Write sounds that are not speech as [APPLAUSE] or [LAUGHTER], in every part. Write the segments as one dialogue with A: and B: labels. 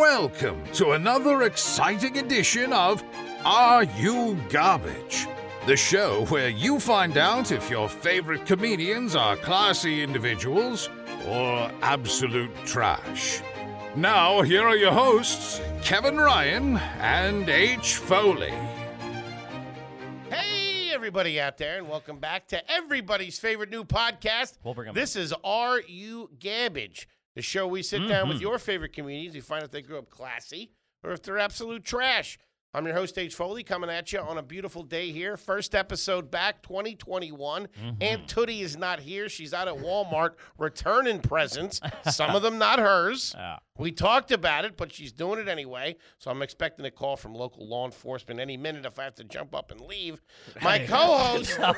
A: Welcome to another exciting edition of Are You Garbage? The show where you find out if your favorite comedians are classy individuals or absolute trash. Now, here are your hosts, Kevin Ryan and H. Foley.
B: Hey, everybody out there, and welcome back to everybody's favorite new podcast.
C: We'll bring 'em
B: This is Are You Garbage, the show we sit down
C: Mm-hmm.
B: with your favorite comedians. We find out if they grew up classy or if they're absolute trash. I'm your host, H. Foley, coming at you on a beautiful day here. First episode back, 2021.
C: Mm-hmm.
B: Aunt Tootie is not here. She's out at Walmart returning presents, some of them not hers.
C: [LAUGHS] Yeah.
B: We talked about it, but she's doing it anyway. So I'm expecting a call from local law enforcement any minute if I have to jump up and leave. My co-host,
C: [LAUGHS] Oh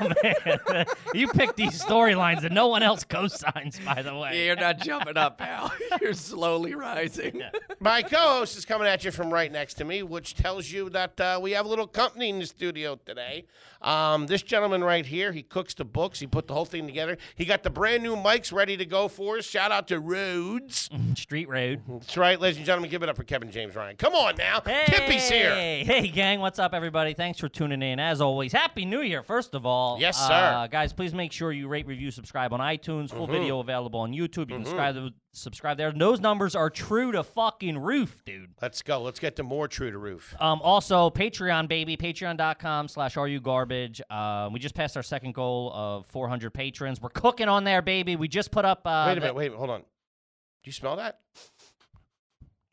C: man, you pick these storylines that no one else co-signs. By the way,
D: You're not jumping up, pal. [LAUGHS] You're slowly rising.
B: my co-host is coming at you from right next to me, which tells you that uh, we have a little company in the studio today. Um, this gentleman right here, he cooks the books. He put the whole thing together. He got the brand new mics ready to go for us. Shout out to Rhodes.
C: Street Road.
B: That's right, ladies and gentlemen. Give it up for Kevin James Ryan. Come on now,
C: Hey,
B: Kippy's here.
C: Hey, gang, what's up, everybody? Thanks for tuning in. As always, Happy New Year, first of all.
B: Yes, sir. Mm-hmm.
C: Uh, guys, please make sure you rate, review, subscribe on iTunes. Full video available on YouTube. You can subscribe, subscribe there. And Those numbers are true to fucking roof, dude.
B: Let's go. Let's get to more True to Roof.
C: Um, also, Patreon, baby. Patreon.com slash RUGarbage. Um, we just passed our second goal of 400 patrons. We're cooking on there, baby. We just put up. Uh,
B: Wait a
C: the-
B: minute, wait a minute, hold on. Do you smell that?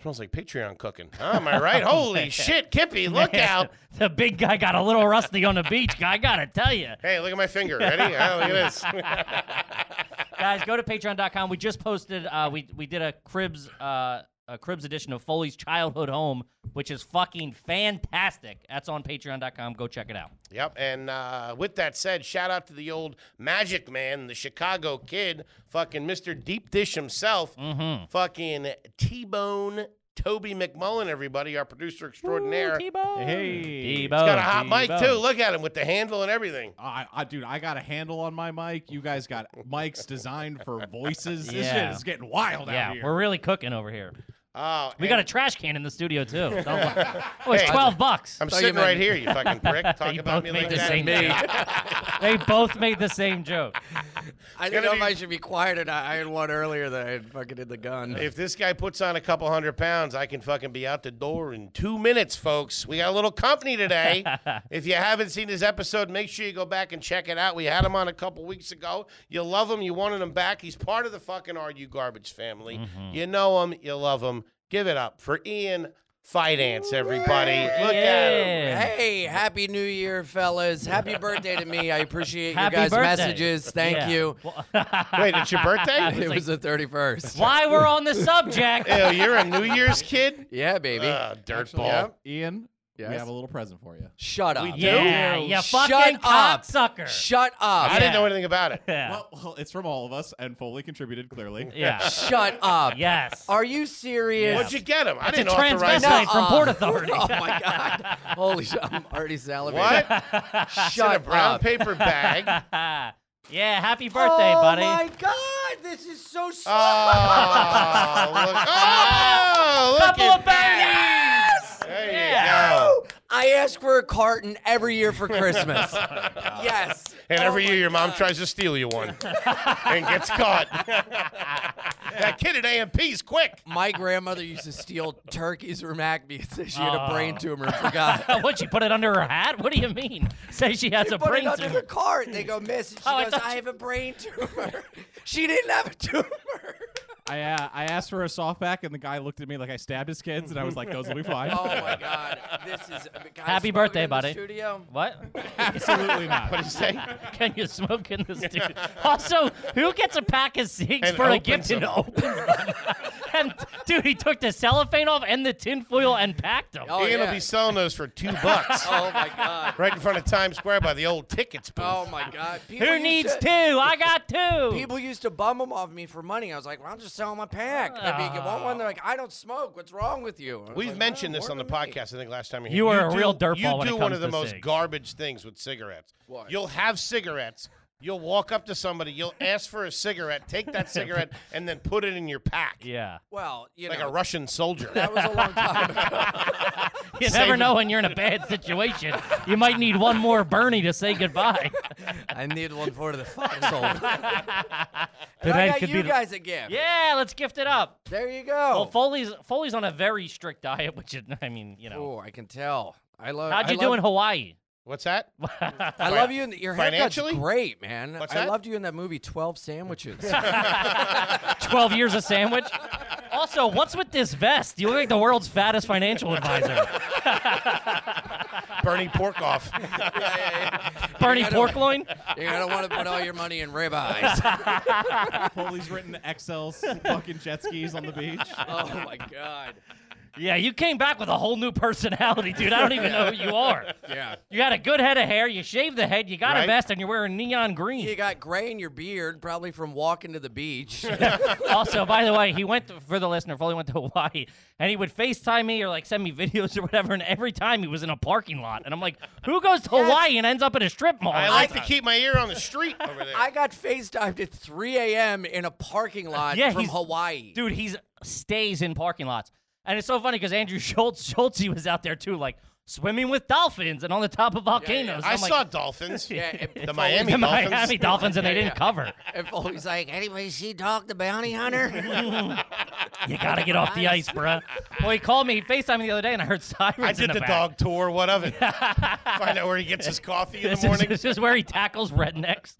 B: smells like Patreon cooking. Oh, am I right?
C: [LAUGHS]
B: Holy shit, Kippy, look out.
C: The big guy got a little rusty on the beach. guy, I gotta tell you,
B: Hey, look at my finger. Ready? Oh, look at this. [LAUGHS]
C: guys, go to Patreon.com. We just posted. Uh, we we did a cribs uh, a cribs edition of Foley's Childhood Home, which is fucking fantastic. That's on Patreon.com. Go check it out.
B: yep, and uh, with that said, shout out to the old magic man, the Chicago kid, fucking Mr. Deep Dish himself,
C: Mm-hmm.
B: fucking T Bone Toby McMullen, everybody, our producer extraordinaire. He's
C: Debo. Debo.
B: got a hot mic, too. Look at him with the handle and everything.
E: I, I, dude, I got a handle on my mic. You guys got mics designed for voices. This
C: Yeah.
E: shit is getting wild out
C: Yeah,
E: here.
C: we're really cooking over here.
B: Oh,
C: We
B: and
C: got a trash can in the studio
B: [LAUGHS]
C: too. Don't lie. Oh, it's
B: Hey.
C: twelve bucks.
B: I'm
D: Thought you
B: sitting right
D: meant-
B: here, you fucking
C: [LAUGHS]
B: prick. Talking
C: You
B: about
C: both
B: me
C: made
B: like
C: the
B: that.
C: same joke. they both made the same joke.
B: [LAUGHS] gonna
D: I didn't know
B: be-
D: if I should be quiet or not. I had one earlier that I had fucking in the gun.
B: If this guy puts on a couple hundred pounds, I can fucking be out the door in two minutes, folks. We got a little company
C: [LAUGHS]
B: today. if you haven't seen this episode, make sure you go back and check it out. We had him on a couple weeks ago. You love him. You wanted him back. He's part of the fucking RU Garbage family.
C: Mm-hmm.
B: You know him. You love him. Give it up for Ian Finance, everybody. Look at him.
C: Yeah.
D: Hey, happy new year, fellas. Happy birthday to me. I appreciate
C: Happy
D: you guys'
C: birthday.
D: messages. Thank
C: Yeah.
D: you.
B: Wait, it's your birthday?
C: [LAUGHS]
D: It was the 31st.
C: Why we're on the subject?
B: Ew, you're a New Year's kid?
D: Yeah, baby.
B: Uh,
E: Actually,
B: dirtball.
D: Yep.
E: Ian, we
D: Yes.
E: have a little present for you.
D: Shut up.
C: yeah, you
D: Shut
C: fucking
D: up.
C: cocksucker.
D: Shut
B: I
D: up.
B: didn't know anything about it.
C: yeah.
E: Well, well, it's from all of us, and Foley contributed clearly.
C: [LAUGHS] yeah.
D: Shut up.
C: yes. [LAUGHS]
D: Are you serious?
B: What'd you get him? I
C: It's a
B: didn't authorize
C: transvestite.
B: that.
C: From
D: Nuh-uh.
C: Port Authority.
D: [LAUGHS] oh my god. Holy shit! I'm already salivating.
B: What? It's in
D: Shut
B: a brown
D: up.
B: paper [LAUGHS] bag.
C: yeah. Happy birthday,
D: oh
C: buddy.
D: my god, this is so slow.
B: Uh, Oh, [LAUGHS] look, oh, look
C: Couple
B: at
C: of
B: that.
C: babies.
B: There
C: Yeah.
B: you go.
D: I ask for a carton every year
C: [LAUGHS]
D: for Christmas. yes.
B: And
D: Oh
B: every
D: my
B: year your mom
D: God.
B: tries to steal you [LAUGHS] one and gets [LAUGHS] caught. that kid at AMP's quick.
D: My grandmother used to steal turkeys from Acme [LAUGHS] and said she had
C: Oh.
D: a brain tumor
C: [LAUGHS]
D: and forgot.
C: what? She put it under her hat? What do you mean? [LAUGHS] Say she has a
D: Put
C: brain
D: it under
C: tumor.
D: the cart. They go, Miss. And
C: [LAUGHS]
D: she
C: Oh, I
D: goes,
C: thought
D: I
C: you-
D: have a brain tumor. [LAUGHS] she didn't have a tumor. [LAUGHS]
E: I, uh, I asked for a softback, and the guy looked at me like I stabbed his kids, and I was like, "Those will
C: [LAUGHS]
E: be fine."
D: oh my God. This is. Can I
C: Happy
D: smoke it
C: birthday,
D: in the
C: buddy.
D: Studio. [LAUGHS]
C: What? [LAUGHS]
E: Absolutely not.
B: What do you say?
C: Can you smoke in the studio?
D: [LAUGHS]
C: Also, who gets a pack of cigs
B: And
C: for a
B: opens
C: gift and
B: them.
C: opens them? [LAUGHS] and dude, he took the cellophane off and the tinfoil and packed them.
D: Oh,
B: Ian will
D: yeah.
B: be selling those for two [LAUGHS] bucks
D: Oh my God.
C: [LAUGHS]
B: right in front of Times Square by the old tickets booth.
D: Oh my God. People
C: Who
D: used
C: needs
D: to-
C: two? I got two.
D: People used to bum them off me for money. I was like, well, I'm just selling my pack. I mean, you want one? They're like, I don't smoke. What's wrong with you? I was
B: We've
D: like,
B: mentioned
D: "Well,
B: this
D: more
B: on the
D: than me."
B: podcast. I think last time we
C: You are a real
B: do-
C: dirtball
B: You
C: when
B: do
C: it
B: one
C: comes
B: of the
C: to
B: most
C: cigs.
B: garbage things with cigarettes.
D: What?
B: You'll have cigarettes You'll walk up to somebody, you'll ask for a cigarette, take
C: [LAUGHS]
B: that cigarette, and then put it in your pack.
C: Yeah.
D: Well, you
B: Like
D: know,
B: a Russian soldier.
D: that was a long
B: [LAUGHS]
D: time ago.
C: You
B: Save
C: never
B: it.
C: know when you're in a bad situation. You might need one more Bernie to say goodbye.
D: I need one for [LAUGHS] the foxhole. and I
C: [LAUGHS] Tonight
D: got
C: could
D: you
C: be the-
D: guys a gift.
C: yeah, let's gift it up.
D: There you
C: Well,
B: Oh.
D: go.
C: Foley's Foley's on a very strict diet, which is, I mean, you know.
D: oh, I can tell. I love.
C: How'd
D: I
C: you
D: love-
C: do in Hawaii?
B: What's
C: [LAUGHS]
B: that?
D: I love you. In the, your haircut's
B: Financially?
D: great, man.
B: What's
D: I
B: that?
D: loved you in that movie
B: [LAUGHS]
D: Twelve Sandwiches.
C: 12 years a sandwich? Also, what's with this vest? You look like the world's fattest
B: [LAUGHS]
C: financial advisor.
B: Bernie
C: [LAUGHS]
B: Porkoff.
C: Bernie
D: I don't-
C: Porkloin?
D: You're gonna want to put all your money in
B: [LAUGHS]
D: ribeyes.
E: [LAUGHS] Foley's written XL's fucking jet skis on the beach.
C: [LAUGHS]
D: oh my god.
C: Yeah, you came back with a whole new personality, dude. I don't even know who you are.
D: Yeah.
C: You had a good head of hair, you shaved the head, you got
B: Right.
C: a vest, and you're wearing neon green.
D: You got gray in your beard, probably from walking to the beach.
B: [LAUGHS]
C: also, by the way, he went to, for the listener. Foley went to Hawaii, and he would FaceTime me or like send me videos or whatever. And every time he was in a parking lot, and I'm like, "Who goes to Hawaii and ends up at a strip mall?"
B: I
C: all
B: like
C: the
B: to
C: time?"
B: keep my ear on the
D: [LAUGHS]
B: street over there.
D: I got FaceTimed at 3 a.m. in a parking lot
C: Yeah,
D: from
C: he's-
D: Hawaii.
C: dude. He's stays in parking lots, and it's so funny because Andrew [LAUGHS] Schultz Schultz he was out there too, like swimming with dolphins and on the top of volcanoes.
B: I
C: I'm like,
B: saw
C: [LAUGHS]
B: dolphins.
D: Yeah, and
B: The
D: Foley's-
B: Miami
C: the
B: dolphins.
C: Miami [LAUGHS] Dolphins, and they
D: Yeah,
C: didn't
D: yeah.
C: cover.
D: And Foley's like, anybody see Dog the Bounty Hunter?
C: You gotta get off the ice, bruh. Well, he called me. He Facetimed me the other day, and I heard [LAUGHS] sirens.
B: I
C: in
B: did
C: the,
B: the
C: back.
B: dog tour. What
C: [LAUGHS]
B: of it? Find out where he gets his coffee in
C: This
B: the
C: is,
B: morning.
C: this is where he tackles rednecks.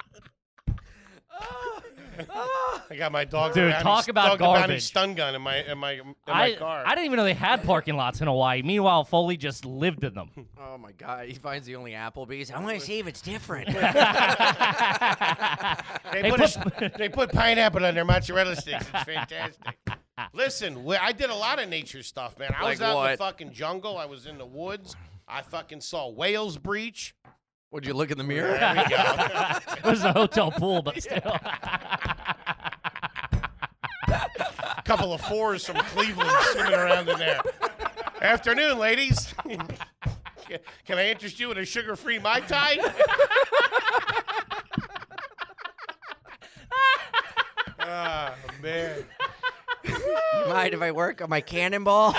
B: I got my dog.
C: Dude,
B: Bounty-
C: talk about
B: dog Bounty
C: garbage.
B: Stun gun in my in my in my
C: I,
B: car.
C: I didn't even know they had parking lots in Hawaii. Meanwhile, Foley just lived in them.
D: [LAUGHS] oh my God. He finds the only Applebee's. I want to see if it's different.
B: They,
C: They
B: put
C: put-
B: a- they put pineapple on their mozzarella sticks. It's fantastic. Listen, we, I did a lot of nature stuff, man. I was
D: Like
B: out in the
D: what?
B: fucking jungle. I was in the woods. I fucking saw whales breach.
D: [LAUGHS] Would you look in the mirror?
B: There we go.
C: It was a hotel pool,
B: [LAUGHS]
C: but still.
B: A couple of fours from Cleveland swimming around in there. Afternoon, ladies. [LAUGHS] Can- Can I interest you in a sugar-free mai tai? oh man.
D: [LAUGHS] Mind if I work on my cannonball?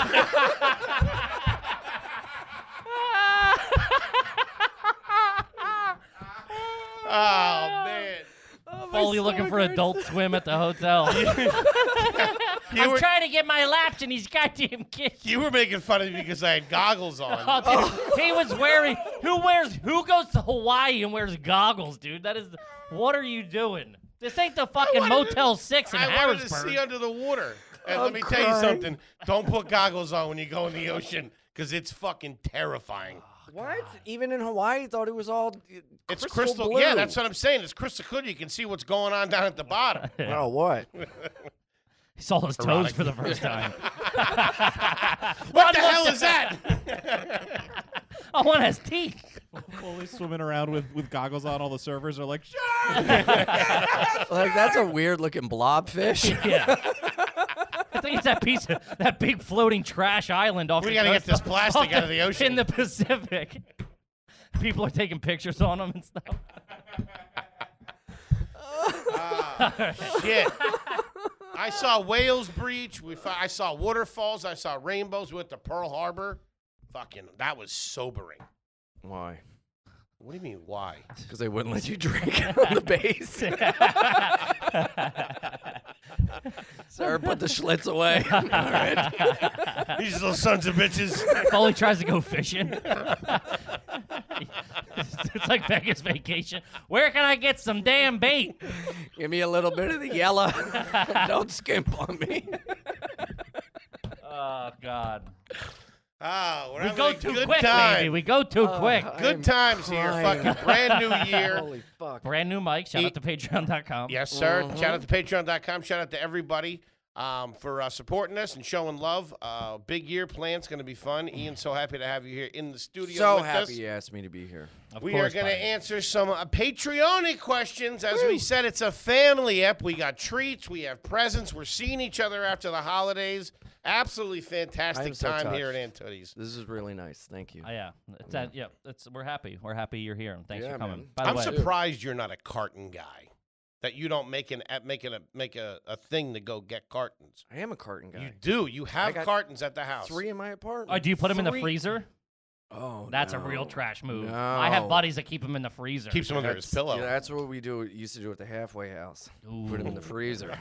B: Oh man.
C: Foley looking for adult swim at
B: [LAUGHS]
C: the hotel.
B: You were,
C: Trying to get my laps, and he's goddamn kidding.
B: you were making fun of me because I had goggles on.
C: [LAUGHS] Oh, dude, he was wearing. Who wears? Who goes to Hawaii and wears goggles, dude? That is. What are you doing? This ain't the fucking
B: wanted to-
C: Motel Six in
B: I wanted to
C: Harrisburg.
B: see under the water. And let me tell you something. Don't put goggles on when you go in the ocean because it's fucking
C: [SIGHS]
B: terrifying.
D: what? Even in Hawaii, I thought it was all. uh,
B: It's
D: crystal,
B: crystal.
D: blue.
B: yeah, that's what I'm saying. It's crystal clear. You can see what's going on down at the
C: [LAUGHS]
B: bottom.
D: Oh, what?
C: He saw his toes
B: Erotic.
C: for
B: [LAUGHS]
C: the first time.
B: what
C: [LAUGHS]
B: the hell is that?
C: I want his teeth.
E: Foley's swimming around with, with goggles on. All the servers are like, "Shut
D: [LAUGHS] like, that's a weird looking
B: [LAUGHS]
D: blobfish.
C: Yeah. I think it's that piece of that big floating trash island off.
B: We
C: the
B: gotta get
C: coast-
B: this plastic
C: [LAUGHS] off
B: out of the ocean.
C: in the Pacific. People are taking pictures on them and stuff.
B: [LAUGHS]
C: [LAUGHS]
B: Shit. I saw whales breach. We fi- I saw waterfalls. I saw rainbows. We went to Pearl Harbor. Fucking, that was sobering.
D: Why?
B: What do you mean? Why?
D: Because they wouldn't let you drink [LAUGHS] on the
B: [LAUGHS]
D: base. Sir, put the Schlitz away. All
B: [LAUGHS]
D: right.
B: These little sons of bitches.
C: Foley tries to go fishing. [LAUGHS] it's like Vegas vacation. Where can I get some damn bait?
D: Give me a little bit of the yellow. [LAUGHS] Don't skimp on me.
C: Oh God.
B: Ah, we're
C: We
B: having
C: go
B: a
C: too
B: good
C: quick,
B: time.
C: baby. We go too quick.
B: Good times
D: crying.
B: here. Fucking brand new
D: [LAUGHS]
B: year.
D: fuck.
C: Brand new mic. Shout
B: He-
C: out to Patreon.com.
B: Yes, sir.
D: Mm-hmm.
B: Shout out to patreon.com. Shout out to everybody um, for uh, supporting us and showing love. Uh, big year plan's going to be fun. Ian, so happy to have you here in the studio.
D: Mm. So
B: with us.
D: happy you asked me to be here.
C: Of
B: We are
C: course,
B: going to
C: buddy.
B: answer some uh, Patreon questions. As we said, it's a family app. We got treats, we have presents, we're seeing each other after the holidays. Absolutely fantastic
D: am so
B: time here at
D: touched.
B: Antoni's.
D: This is really nice. Thank you.
C: Uh, yeah, it's, uh, yeah. It's we're happy. We're happy you're here, and thanks
D: Yeah,
C: for coming.
D: man.
C: By the
B: I'm
C: way,
B: surprised you're not a carton guy. That you don't make an at making a make a, a thing to go get cartons.
D: I am a carton
B: You
D: guy.
B: do. You have
D: got
B: cartons at the house.
D: Three in my apartment.
C: Oh, do you put them in the
D: Three-
C: freezer?
D: Oh,
C: That's a real
D: no.
C: trash move. I have
D: No.
C: buddies that keep them in the freezer. [LAUGHS]
B: Keeps them under his pillow.
D: Yeah, that's what we do. Used to do at the halfway house. Put them in
C: [LAUGHS]
D: the freezer.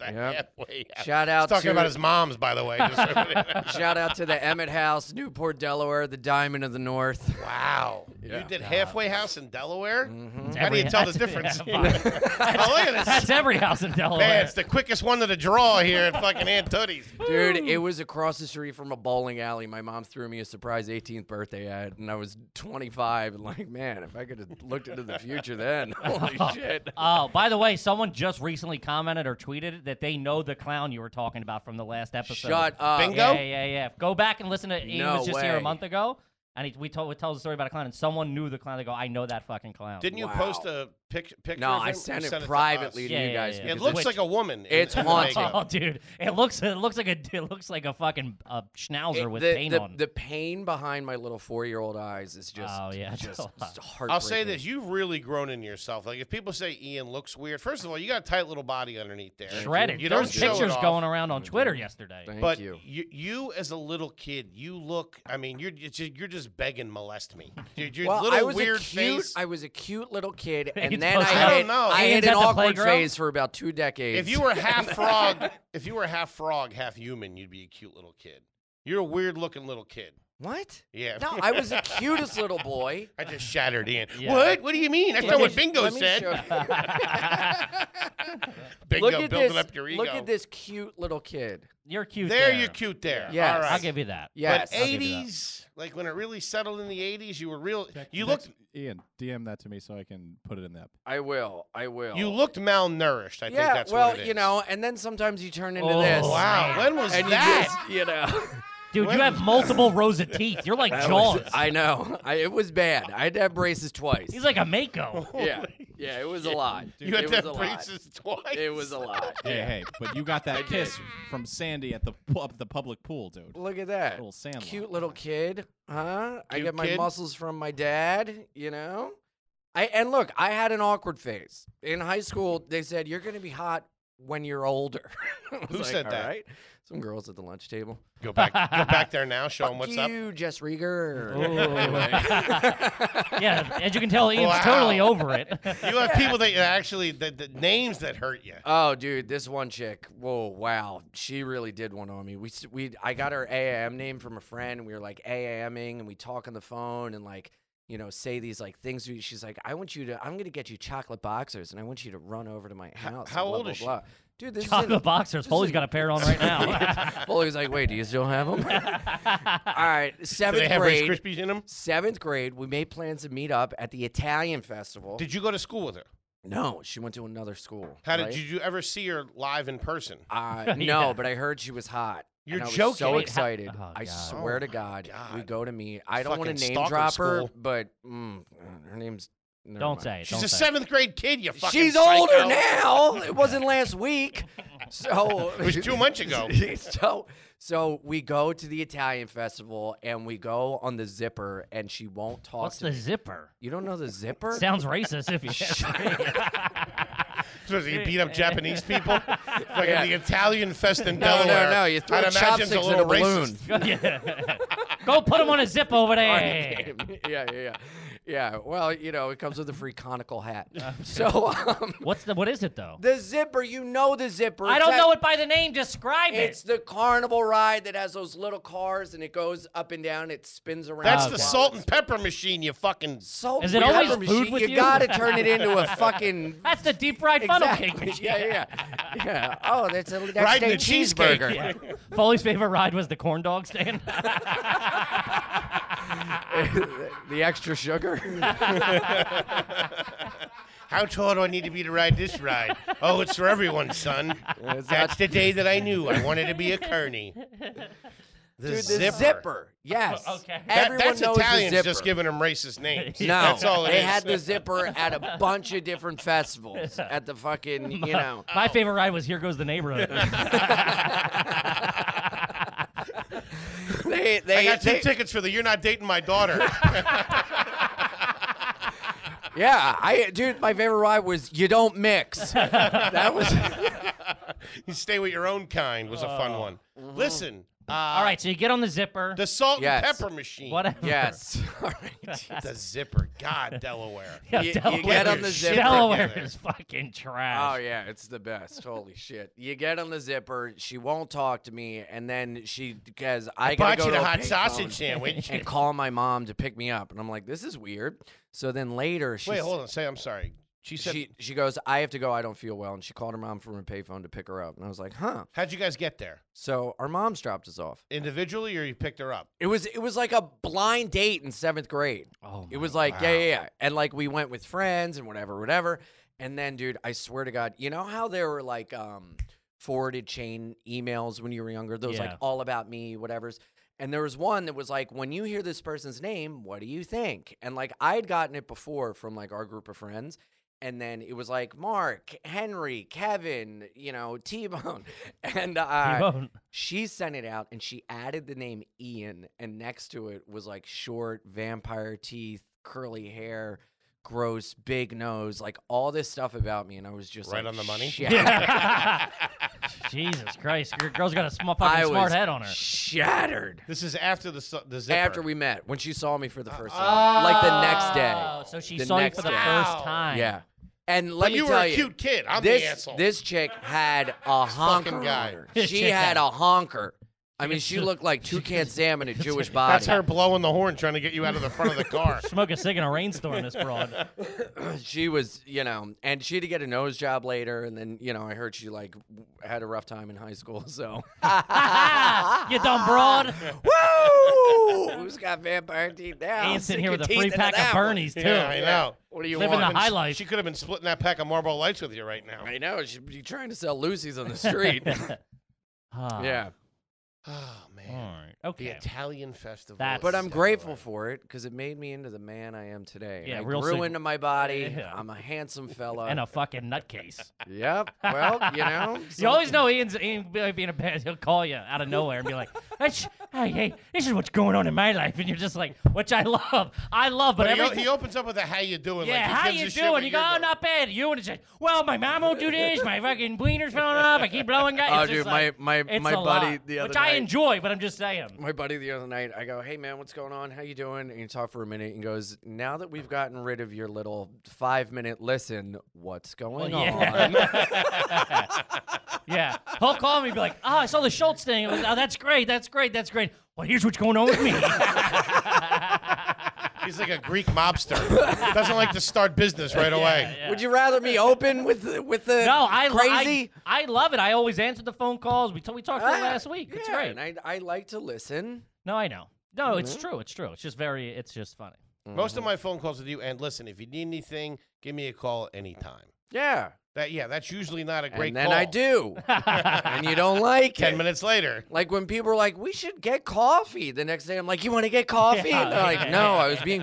B: That
D: Yep.
B: halfway house.
D: Shout
B: He's
D: out
B: talking
D: to
B: about his mom's, by the way.
D: [LAUGHS]
B: Just-
D: shout out to the Emmett House, Newport, Delaware, the Diamond of the North.
B: wow.
D: Yeah. Mm-hmm.
B: You did halfway house in Delaware?
C: It's
B: How do you
C: every-
B: tell the
C: that's-
B: difference?
C: yeah,
B: [LAUGHS] oh, look at this.
C: That's every house in Delaware.
B: Man, it's the quickest one to the draw here at fucking Antoni's.
D: Dude,
B: Hmm.
D: it was across the street from a bowling alley. My mom threw me a surprise 18th birthday ad, and I was 25. And [LAUGHS] like, man, if I could have looked into the future then,
B: [LAUGHS]
D: [LAUGHS] holy shit.
C: [LAUGHS] Oh, by the way, someone just recently commented or tweeted that they know the clown you were talking about from the last episode.
D: Shut up.
B: Bingo.
C: Yeah, yeah, yeah. Go back and listen to. He
D: No
C: was just here a
D: way.
C: month ago, and he, we told we tells a story about a clown, and someone knew the clown. They go, "I know that fucking clown." [LAUGHS]
B: Didn't you
D: Wow.
B: post a pic- picture?
D: No,
B: of him?
D: I
B: You
D: sent it
B: to us.
D: privately to
C: Yeah,
D: you
C: yeah,
D: guys.
C: yeah. It
D: because
B: It looks
C: Which-
B: like a woman. in-
D: It's
B: in the
D: haunted.
B: makeup.
C: Oh, dude, it looks it looks like a it looks like a fucking uh, schnauzer
D: it-
C: with
D: the,
C: paint
D: the,
C: on.
D: the pain behind my little four-year-old eyes is just,
C: Oh,
B: [LAUGHS]
C: yeah, it's a
D: just
C: lot. I'll
D: heartbreaking.
B: I'll say this: you've really grown in yourself. Like if people say Ian looks weird, first of all, you got a tight little body underneath there.
C: Shredded.
B: You don't
C: There's
B: show it
C: pictures
B: off.
C: going around on Twitter yesterday.
D: Thank
B: But
D: you.
B: you, you as a little kid, you look. I mean, you're it's just, you're just begging molest me, dude. Your
D: Well,
B: little
D: I was
B: weird
D: a cute,
B: face.
D: I was a cute
B: [LAUGHS]
D: little kid,
C: He's
D: and then I
C: supposed to-
B: I
D: had,
B: don't know.
D: I had
C: Ian's
D: an
C: at the
D: awkward
C: playground?
D: phase for about two decades.
B: if you were
D: [LAUGHS]
B: half frog, if you were half frog, half human, you'd be a cute little kid. You're a weird looking little kid.
D: what?
B: Yeah.
D: No,
B: [LAUGHS]
D: I was the cutest little boy.
B: I just shattered Ian.
C: Yeah.
B: What? What do you mean? That's
D: Let
B: not
D: me
B: what
D: sh-
B: Bingo
D: let me
B: said.
D: show you.
B: [LAUGHS] Bingo
D: look at
B: building
D: this.
B: up your ego.
D: Look at this cute little kid.
C: You're cute.
B: There, you're cute there.
D: Yes.
B: All right.
C: I'll give you that.
D: Yes.
B: But 80s, like when it really settled in the 80s, you were real. you
E: Next-
B: looked,
E: Ian, DM that to me so I can put it in that.
D: I will. I will.
B: you looked malnourished. I
D: Yeah.
B: think that's
D: well,
B: what it is.
D: you know, and then sometimes you turn into
C: Oh,
D: this.
B: Wow,
C: Man.
B: when was
D: And you just,
B: that?
D: you know, [LAUGHS]
C: Dude, you
B: When-
C: have multiple rows of teeth. You're [LAUGHS] like Jaws.
D: I know. I, it was bad. I had to have braces twice.
C: He's like a
D: [LAUGHS]
C: Mako.
D: yeah, yeah. It was a lot.
B: you had
D: it
B: to
D: was
B: have
D: a
B: braces twice.
D: lot. It was a lot.
E: Hey, hey, but you got that kiss from Sandy at the pu- up the public pool, dude.
D: Look at that.
E: Little sandlot.
D: Cute little kid, huh? I
B: Cute
D: get my
B: kid.
D: muscles from my dad, you know? I and look, I had an awkward phase. In high school, they said you're going to be hot when you're older. [LAUGHS] I was
B: Who said
D: "All
B: that?"
D: right." Some girls at the lunch table.
B: Go back,
D: [LAUGHS]
B: go back there now. Show them
D: Fuck
B: what's up.
D: you,
B: [LAUGHS]
D: Jess Rieger.
C: [LAUGHS] yeah, as you can tell, Ian's
B: Wow.
C: totally over
D: [LAUGHS]
C: it. [LAUGHS]
B: You have people that actually the, the names that hurt you.
D: Oh, dude, this one chick. Whoa, wow, she really did one on me. We s- we I got her AAM name from a friend, and we were like AAMing, and we talk on the phone, and like you know say these like things. We, she's like, I want you to, I'm gonna get you chocolate boxers, and I want you to run over to my house. and
B: how
D: blah,
B: old
D: blah,
B: is she?
D: blah. Dude, this
C: Talk
D: is in,
C: about boxers. Foley's
D: [LAUGHS]
C: got a pair on right now.
D: Well, he's like, wait, do you still
B: [LAUGHS]
D: have them? All right,
B: Do they
D: seventh
B: have Rice
D: grade.
B: Krispies in them?
D: Seventh grade, we made plans to meet up at the Italian festival.
B: Did you go to school with her?
D: no, she went to another school.
B: How did,
D: right?
B: did you ever see her live in person? [LAUGHS]
D: Uh, no, but I heard she was hot.
B: You're
D: and I was
B: joking.
D: so
B: Wait,
C: how-
D: excited.
C: Oh,
D: I
C: God.
D: swear
B: Oh
D: to
B: my
D: God, we
B: God.
D: go to meet. I don't want
B: Fucking
D: to name
B: stalker
D: drop her,
B: school.
D: but mm, her name's. never
C: Don't
D: mind.
C: say it.
B: She's
C: don't
B: a
C: say it.
B: seventh grade kid. You fucking.
D: She's
B: psycho.
D: older now.
B: [LAUGHS]
D: It wasn't last week. So
B: It was two months ago.
D: [LAUGHS] so so we go to the Italian festival and we go on the zipper and she won't talk
C: What's
D: to
C: the
D: me. [LAUGHS]
C: zipper?
D: You don't know the zipper? [LAUGHS]
C: Sounds racist if you
B: So you beat up Japanese people? Fucking
D: Yeah.
B: the Italian fest in
D: no,
B: Delaware.
D: no, no. You threw
B: I'd imagine it's
D: chopsticks
B: a
D: in a
B: little
D: balloon.
B: racist.
C: [LAUGHS] Yeah. Go put him on a zip over there.
D: [LAUGHS] yeah, yeah, yeah. Yeah. Well, you know, it comes with a free conical
B: [LAUGHS]
D: hat. So um,
C: What's the? What is it though?
D: the zipper, you know the zipper.
C: I
D: It's
C: don't
D: that-
C: know it by the name. Describe
D: It's
C: it.
D: the carnival ride that has those little cars and it goes up and down. It spins around.
B: That's
C: Okay.
B: the salt and pepper machine, you fucking.
D: Salt
C: Is it
D: and
C: always
D: pepper
C: food
D: machine.
C: with you? [LAUGHS]
D: You gotta turn it into a fucking.
C: That's the deep fried [LAUGHS] funnel
D: exactly.
C: cake. machine.
D: [LAUGHS] Yeah, yeah, yeah. Oh, that's a next
B: Riding
D: day
B: the cheesecake.
D: cheeseburger.
C: [LAUGHS] Yeah. Foley's favorite ride was the corn dog
D: [LAUGHS]
C: stand.
D: [LAUGHS] the extra
C: [LAUGHS]
D: sugar.
B: How tall do I need to be to ride this ride? Oh, it's for everyone,
D: [LAUGHS]
B: son. That's the day that I knew I wanted to be a
D: [LAUGHS]
B: Kearney. The
D: Dude, the
B: zipper.
D: zipper. Yes.
C: [LAUGHS] Okay.
B: That-
D: Everyone
B: that's
D: knows
B: Italians
D: the zipper.
B: just giving them racist
D: [LAUGHS]
B: names.
D: No,
B: That's all it
D: they
B: is. [LAUGHS]
D: had the zipper at a bunch of different
C: [LAUGHS]
D: festivals at the fucking, you know. [LAUGHS]
C: My favorite ride was Here Goes the Neighborhood.
D: They, they,
B: I got two
D: they-
B: tickets for the "You're Not Dating My
D: [LAUGHS]
B: Daughter."
D: yeah, I dude, my favorite ride was "You
B: [LAUGHS]
D: Don't Mix." that was
B: you stay with your own kind was a fun one.
D: Oh.
B: Listen, uh,
C: All right, so you get on the zipper.
B: the salt
D: Yes.
B: and pepper machine.
C: whatever. [LAUGHS]
B: [LAUGHS]
D: yes. All right.
B: the zipper? God,
D: [LAUGHS]
B: Delaware.
C: Yeah,
D: You- you
C: Delaware,
D: get on the
C: is-
D: zipper.
C: Delaware is fucking trash.
D: Oh yeah, it's the best. Holy shit! You get on the zipper. She won't talk to me, and then she because I, gotta
B: Bought
D: go
B: you
D: to
B: the
D: a
B: hot
D: payphone
B: sausage
D: [LAUGHS]
B: sandwich.
D: and call my mom to pick me up, and I'm like, this is weird. So then later she
B: Wait,
D: s-
B: hold on. Say, I'm sorry. She said,
D: she she goes, I have to go. I don't feel well, and she called her mom from a payphone to pick her up, and I was like, huh.
B: "How'd you guys get there?
D: So our moms dropped us off.
B: Individually, or you picked her up?"
D: It was it was like a blind date in seventh grade.
C: Oh
D: It
C: my
D: was like, yeah, yeah, yeah. And like we went with friends and whatever, whatever. And then, dude, I swear to God, you know how there were like um forwarded chain emails when you were younger? Those
C: Yeah.
D: like all about me, whatever's. And there was one that was like, when you hear this person's name, what do you think? And like I'd gotten it before from like our group of friends. And then it was like Mark, Henry, Kevin, you know, T Bone. [LAUGHS] And uh,
C: T-Bone.
D: she sent it out and she added the name Ian, and next to it was like short, vampire teeth, curly hair, gross, big nose, like all this stuff about me. And I was just
B: Right
D: like,
B: on the money?
C: [LAUGHS]
D: Shit. [LAUGHS]
C: Jesus Christ, your girl's got a small
D: I
C: fucking
D: was
C: smart head on her.
D: Shattered.
B: This is after the su- the zipper.
D: After we met, when she saw me for the first time, like the next
C: Oh,
D: day.
C: so she
D: The
C: saw you
D: next
C: for the
D: day.
C: first
B: Wow.
C: time.
D: Yeah. And let
B: But
D: me
B: you were
D: tell
B: a
D: you,
B: cute kid. I'm the
D: this
B: asshole.
D: this chick
B: [LAUGHS]
D: had a honker. on
B: guy.
D: her.
C: This
D: She
C: [LAUGHS] chick had-
D: had a honker. I mean,
C: gets
D: she
C: to-
D: looked like Toucan Sam
C: [LAUGHS]
D: in a Jewish body.
B: That's her blowing the horn, trying to get you out of the front of the
D: [LAUGHS]
B: car. [LAUGHS]
C: Smoke a cig in a rainstorm, this broad.
D: she was, you know, and she had to get a nose job later. And then, you know, I heard she like w- had a rough time in high school. [LAUGHS] So,
C: [LAUGHS] you dumb broad.
D: [LAUGHS] woo! Who's got vampire teeth now?
C: Ian's sitting
D: Stick
C: here
D: your
C: with a
D: teeth
C: free
D: into
C: pack
D: that
C: of
D: one.
C: Bernies, too.
B: yeah, I
C: [LAUGHS]
B: know.
D: What do you
C: Living
D: want?
C: the high life.
B: She could have been splitting that pack of Marlboro Lights with you right now.
D: I know. She'd be trying to sell Lucy's on
C: [LAUGHS]
D: the street.
C: Huh.
D: yeah.
B: Oh
C: Ah, All
B: man,
C: right.
B: the
C: Okay.
B: Italian festival.
C: That's-
D: But I'm
B: Delaware.
D: grateful for it because it made me into the man I am today.
C: Yeah,
D: I
C: real
D: grew
C: sig-
D: into my body.
C: Yeah.
D: I'm a
C: [LAUGHS]
D: handsome fella. [LAUGHS]
C: And a fucking nutcase.
D: yep. Well, you know.
C: [LAUGHS] You always know Ian's Ian be be in a bad. He'll call you out of nowhere and be like, "That's- "Hey, hey, this is what's going on in my life," and you're just like, "Which I love, I love." But,
B: But he,
C: every
B: o- he opens up with a "How you doing?"
C: yeah,
B: like he
C: how
B: gives
C: you
B: a shit what
C: doing? You go,
B: you're
C: "Oh,
B: doing.
C: not bad." You and it's like, "Well, my mom won't do this. My fucking wiener's falling off. I keep blowing guys."
D: Oh,
C: It's just
D: dude,
C: like-
D: my- my-
C: it's
D: my
C: a lot,
D: buddy the other
C: which I
D: night-
C: enjoy, but I'm just saying.
D: my buddy the other night i go hey man what's going on how you doing and you talk for a minute and goes now that we've gotten rid of your little five minute listen what's going
C: [LAUGHS]
D: on
C: Yeah, he'll call me and be like, "Oh, I saw the Schultz thing. It was- oh, that's great. That's great. That's great." Well, here's what's going on with me.
B: He's like a Greek mobster.
D: [LAUGHS]
B: Doesn't like to start business right away.
C: [LAUGHS] Yeah.
D: would you rather me open with the- with [LAUGHS] the
C: No, I lo- I-
D: crazy
C: I, love it. I always answer the phone calls. We t- we talked about it
D: Ah,
C: last week. It's
D: yeah,
C: great.
D: and I, I like to listen
C: no, I know. No, it's
D: Mm-hmm.
C: true. It's true. It's just very. It's just funny.
B: Most of my phone calls with you. And listen, if you need anything, give me a call anytime.
D: yeah
B: That yeah, that's usually not a great.
D: and then
B: call.
D: i do and you
C: [LAUGHS]
D: don't like
B: Ten
D: it
B: minutes later.
D: like when people are like we should get coffee the next day i'm like you want to get coffee
C: Yeah.
D: and they're like no i was being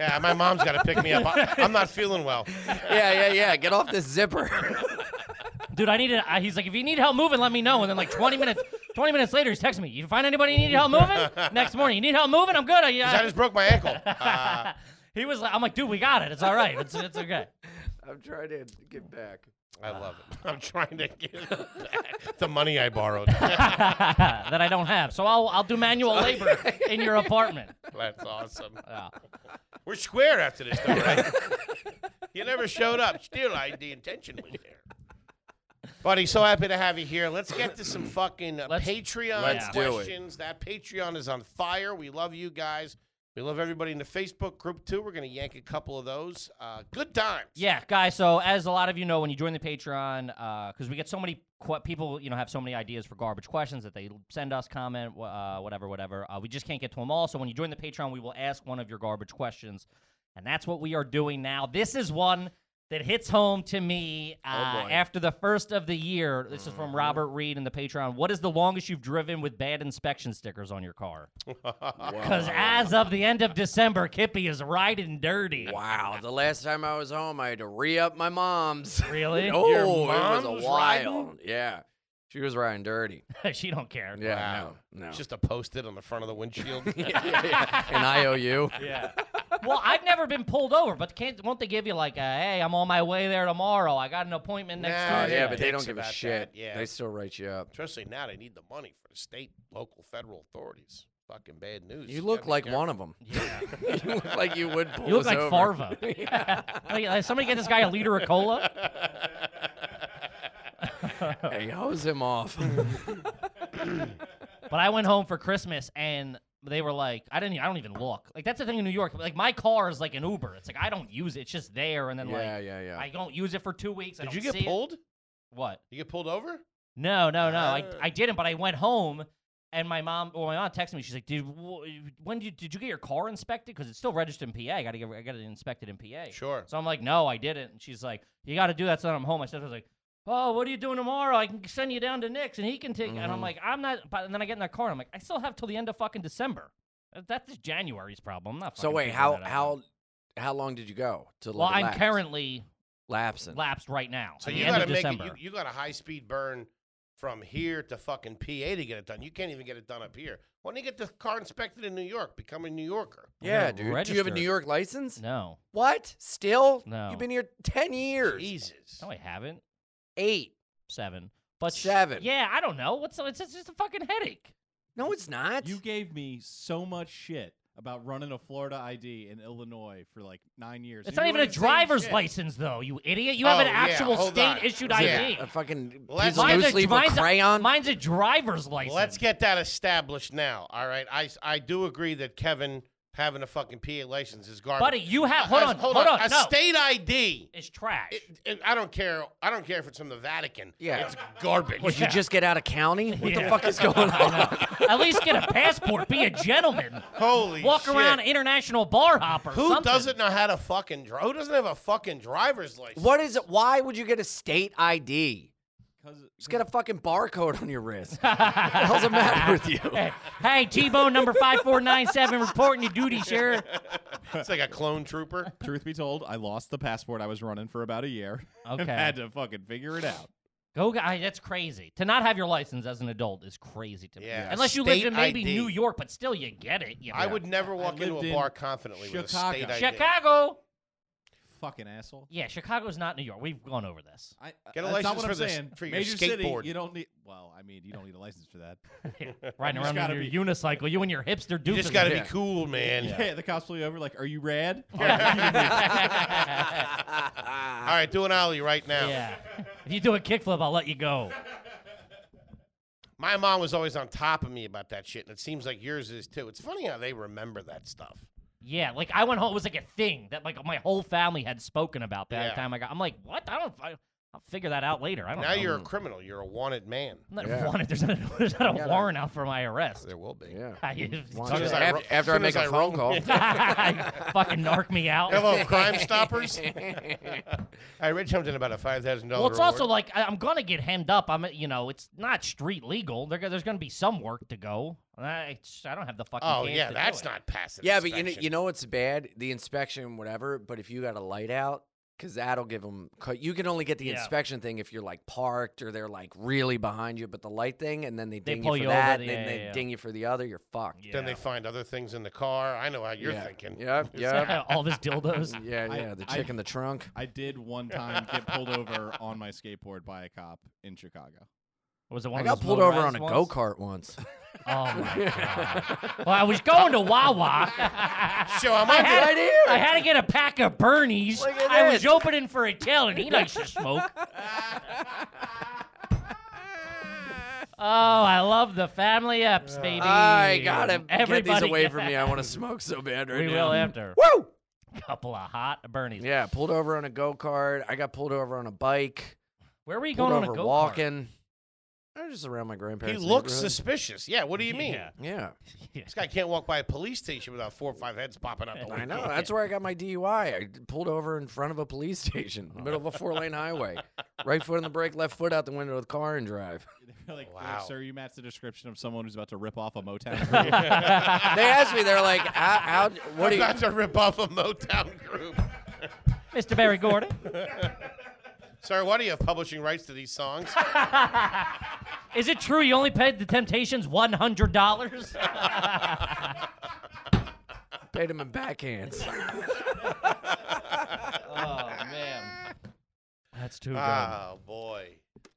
C: [LAUGHS]
B: Yeah, my mom's got to pick me up. I, I'm not feeling well.
D: yeah yeah yeah get off this zipper [LAUGHS]
C: Dude, I need it. I- He's like, if you need help moving, let me know. And then like 20 minutes,
D: [LAUGHS]
C: 20 minutes later, he's texting me. You find anybody you need help moving? Next morning, you need help moving? I'm good. I,
B: I just broke my
C: [LAUGHS]
B: ankle. Uh,
D: [LAUGHS]
C: he was like, I'm like, dude, we got it. It's all right. It's it's okay. [LAUGHS]
D: i'm trying to get back
B: I love it. I'm trying to get back the money I borrowed. [LAUGHS]
C: that I don't have. So I'll I'll do manual
D: [LAUGHS]
C: labor in your apartment.
B: That's awesome.
C: Yeah.
B: We're square after this, though, right? [LAUGHS] you never showed up. Still, I the intention was there. Buddy, so happy to have you here. Let's get to some fucking uh,
C: Let's-
B: Patreon
C: Let's
D: do it.
B: questions. That Patreon is on fire. We love you guys. We love everybody in the Facebook group too. We're gonna yank a couple of those. Uh, good times.
C: Yeah, guys. So as a lot of you know, when you join the Patreon, because we get so many qu- people, you know, have so many ideas for garbage questions that they send us, comment, wh- uh, whatever, whatever. Uh, we just can't get to them all. So when you join the Patreon, we will ask one of your garbage questions, and that's what we are doing now. This is one that hits home to me uh,
D: Oh, boy. Mm-hmm.
C: after the first of the year. This is from Robert Reed in the Patreon. What is the longest you've driven with bad inspection stickers on your car? Because
D: Oh.
C: as of the end of December, Kippy is riding dirty. [LAUGHS]
D: Wow, the last time I was home, I had to re up my mom's.
C: [LAUGHS] Really?
D: [LAUGHS] oh,
B: Your
D: it was
B: mom's
D: a
B: riding?
D: while. Yeah. She was riding dirty.
C: [LAUGHS] she don't care.
D: Yeah,
B: Wow.
D: no, no.
B: It's just a post-it on the front of the
D: [LAUGHS]
B: windshield.
D: yeah, yeah. an
C: [LAUGHS]
D: IOU.
C: Yeah. well, I've never been pulled over, but can't won't they give you like, a, hey, I'm on my way there tomorrow. I got an appointment next
B: Nah,
D: Oh,
C: Tuesday.
D: yeah, but they
B: Dicks
D: don't give a
B: about that,
D: shit.
B: yeah.
D: They still write you up.
B: Especially now, they need the money for the state, local, federal authorities. Fucking bad news.
D: You look
B: gotta be
D: like
B: careful.
D: one of them.
C: yeah.
D: [LAUGHS] you look like you [LAUGHS] would
C: [LAUGHS]
D: pull
C: You look
D: us
C: like
D: over.
C: Farva.
D: [LAUGHS]
C: [LAUGHS] Like, like, somebody get this guy a liter of cola.
D: Hey, hose
C: [LAUGHS]
D: him off.
C: But I went home for Christmas and they were like, I didn't. I don't even look. Like that's the thing in New York. Like my car is like an Uber. It's like I don't use it. It's just there, and then
D: yeah,
C: like
D: yeah, yeah.
C: I don't use it for two weeks. I
B: Did
C: don't
B: you get
C: see it.
B: pulled?
C: What?
B: You get pulled over?
C: No, no, no. I,
B: Ah.
C: I didn't, but I went home and my mom, well, my mom texted me. She's like, "Dude, wh- when did you, did you get your car inspected? Because it's still registered in PA. I got to get I got it inspected in PA."
B: Sure.
C: So I'm like, "No, I didn't." And she's like, "You got to do that so that I'm home." I said, "I was like, oh, what are you doing tomorrow? I can send you down to Nick's and he can take." And I'm
B: Mm-hmm.
C: like, "I'm not." But and then I get in that car and I'm like, "I still have till the end of fucking December. That- That's January's problem. I'm not."
D: so
C: fucking
D: wait,
C: figuring
D: how
C: that out.
D: how how long did you go to?
C: Well,
D: let it
C: I'm
D: lapse?
C: currently
D: lapsing.
C: lapsed right now.
B: So
C: at
B: you
C: the end
B: gotta
C: of
B: make
C: December.
B: it. You, you got a high speed burn from here to fucking PA to get it done. You can't even get it done up here. Why don't you get the car inspected in New York? Become a New Yorker.
D: yeah,
C: I'm
D: dude.
C: gonna
D: Do you have a
C: register.
D: New York license?
C: no,
D: What? Still?
C: No.
D: You've been here ten years.
B: Jesus.
C: no, I haven't.
D: Eight.
C: Seven. But sh-
D: Seven.
C: Yeah, I don't know. What's it's just, it's just a fucking headache.
D: No, it's not.
E: You gave me so much shit about running a Florida ID in Illinois for like nine years.
C: It's
E: and
C: not
E: you're
C: even a
E: doing the same
C: driver's
E: shit.
C: license though, you idiot. You have
B: Oh,
C: an
B: yeah,
C: actual
B: hold on.
C: state issued
B: Yeah.
C: ID.
D: a fucking
B: Well, that's-
D: piece of
B: Mine's
D: loose leaf or
C: mine's,
D: crayon.
C: mine's a driver's license.
B: Let's get that established now. All right. I, s- I do agree that Kevin having a fucking PA license is garbage.
C: buddy. You have hold
B: A- a-
C: on, hold on.
B: A
C: no,
B: state ID.
C: it's trash.
B: It- it- I don't care. I don't care if it's from the Vatican.
D: Yeah.
B: It's garbage.
D: What, you just get out of county? What
C: Yeah.
D: the fuck is going on?
C: [LAUGHS] At least get a passport. Be a gentleman.
B: [LAUGHS] Holy
C: Walk
B: shit.
C: around international bar hopper.
B: Who
C: something.
B: doesn't know how to fucking drive? Who doesn't have a fucking driver's license?
D: What is it? Why would you get a state ID?
E: 'Cause-
D: Just get a fucking barcode on your wrist. what the hell's the matter with you?
C: [LAUGHS] Hey, hey, T-Bone number five four nine seven reporting your duty, sir.
B: It's like a clone
C: [LAUGHS]
B: trooper.
E: Truth be told, I lost the passport I was running for about a year. [LAUGHS] and
C: Okay.
E: had to fucking figure it out.
C: Go guy, that's crazy. To not have your license as an adult is crazy to me.
B: Yeah.
C: Unless you lived
B: State
C: in maybe
B: ID.
C: New York, but still you get it. You
B: I would never walk into
E: lived
B: a
E: in
B: bar confidently
E: Chicago.
B: with a state ID.
C: Chicago.
E: Fucking asshole.
C: Yeah, Chicago's not New York. We've gone over
B: [LAUGHS]
C: this.
E: I,
B: Get a
E: that's
B: license
E: not what
B: for
E: I'm
B: the s-
E: saying.
B: for your
E: Major city,
B: skateboard.
E: you don't need. Well, I mean, you don't need a license for that.
C: Riding
E: You just
C: around
E: gotta
C: on your
E: be-
C: unicycle, you and your hipster
B: You
C: doofuses.
B: just got to
D: Yeah.
B: be cool, man.
E: [LAUGHS] Yeah, the cops pull you over. Like, are you rad?
B: All right, do an ollie right now.
C: yeah. If you do a kickflip, I'll let you go.
B: My mom was always on top of me about that shit, and it seems like yours is too. It's funny how they remember that stuff.
C: Yeah, like I went home. It was like a thing that like my whole family had spoken about by
B: Yeah.
C: the time I got. I'm like, what? I don't. I, I'll figure that out later. I don't.
B: Now
C: know.
B: you're a criminal. You're a wanted man.
C: I'm not wanted. There's not, there's not a [LAUGHS]
D: gotta-
C: warrant out for my arrest.
B: There will be.
C: [LAUGHS]
D: Yeah.
B: Soon as
D: After,
B: I
C: Fucking
B: ro-
D: after I
B: soon
D: make
B: as I
D: a phone
B: roll-
C: [LAUGHS]
D: call.
C: narc me out.
B: [LAUGHS]
C: [LAUGHS]
B: Hello, Crime Stoppers. I read something about a five thousand dollar.
C: Well, it's also like I- I'm gonna get hemmed up. I'm, you know, it's not street legal. There, go- there's gonna be some work to go. I, it's- I don't have the fucking.
B: Oh
C: chance
B: yeah,
C: to
B: that's
C: do it. [LAUGHS]
B: not passive.
D: yeah, but you know,
B: inspection.
D: you know what's bad? The inspection, whatever. But if you got a light out, because that'll give them. You can only get the
C: Yeah.
D: inspection thing if you're like parked or they're like really behind you. But the light thing, and then they
C: They
D: ding
C: pull
D: you
C: you
D: for
C: over,
D: that, and
C: yeah,
D: then they
C: yeah, yeah.
D: ding you for the other. You're fucked.
C: Yeah.
B: Then they find other things in the car. I know how you're
D: Yeah.
B: thinking.
D: Yep. Yep.
C: all this dildos. [LAUGHS]
D: Yeah,
E: I-
D: yeah. The
E: I-
D: chick in the trunk.
E: I did one time get pulled over on my skateboard by a cop in Chicago.
C: Was it one
D: I
C: of
D: got
C: those
D: pulled over on
C: motorized
D: a
C: ones?
D: go kart once. [LAUGHS]
C: Oh my god. Well, I was going to
D: [LAUGHS]
C: Wawa.
B: So am
C: I
B: I?
C: had,
D: right here.
C: I had to get a pack of Bernies.
D: Look at
C: I was
D: this.
C: opening for a tail, and he likes to
D: [LAUGHS]
C: smoke. oh, I love the family eps, baby.
D: I gotta
C: Everybody
D: get these away
C: get- [LAUGHS]
D: from me. I want to smoke so bad right
C: We
D: now.
C: will after
D: Woo!
C: a couple of hot Bernies.
D: Yeah, pulled over on a go kart. I got pulled over on a bike.
C: Where were you
D: Pulled
C: going on a
D: over
C: go
D: walking. I was just around my
B: He
D: grandparents.
B: looks
D: neighborhood.
B: suspicious. Yeah. What do you mean?
C: Yeah. [LAUGHS]
D: Yeah,
B: This guy can't walk by a police station without four or five heads popping out the window.
D: I know. That's where I got my DUI. I d- pulled over in front of a police [LAUGHS] station, in the middle of a four lane highway. Right foot on the brake, left foot out the window of the car and drive.
E: They were like, [LAUGHS] they're like,
B: Wow.
E: sir, you match the description of someone who's about to rip off a Motown. group."
D: They asked me, they're like, how, how what do
B: [LAUGHS] I'm
D: you,
B: about to rip off a Motown group.
C: Mr. Barry Gordon.
B: Sir, what do you have publishing rights to these songs?
C: [LAUGHS] Is it true you only paid the Temptations one hundred dollars?
D: Paid him in backhands.
C: oh man, that's too good.
B: oh boy,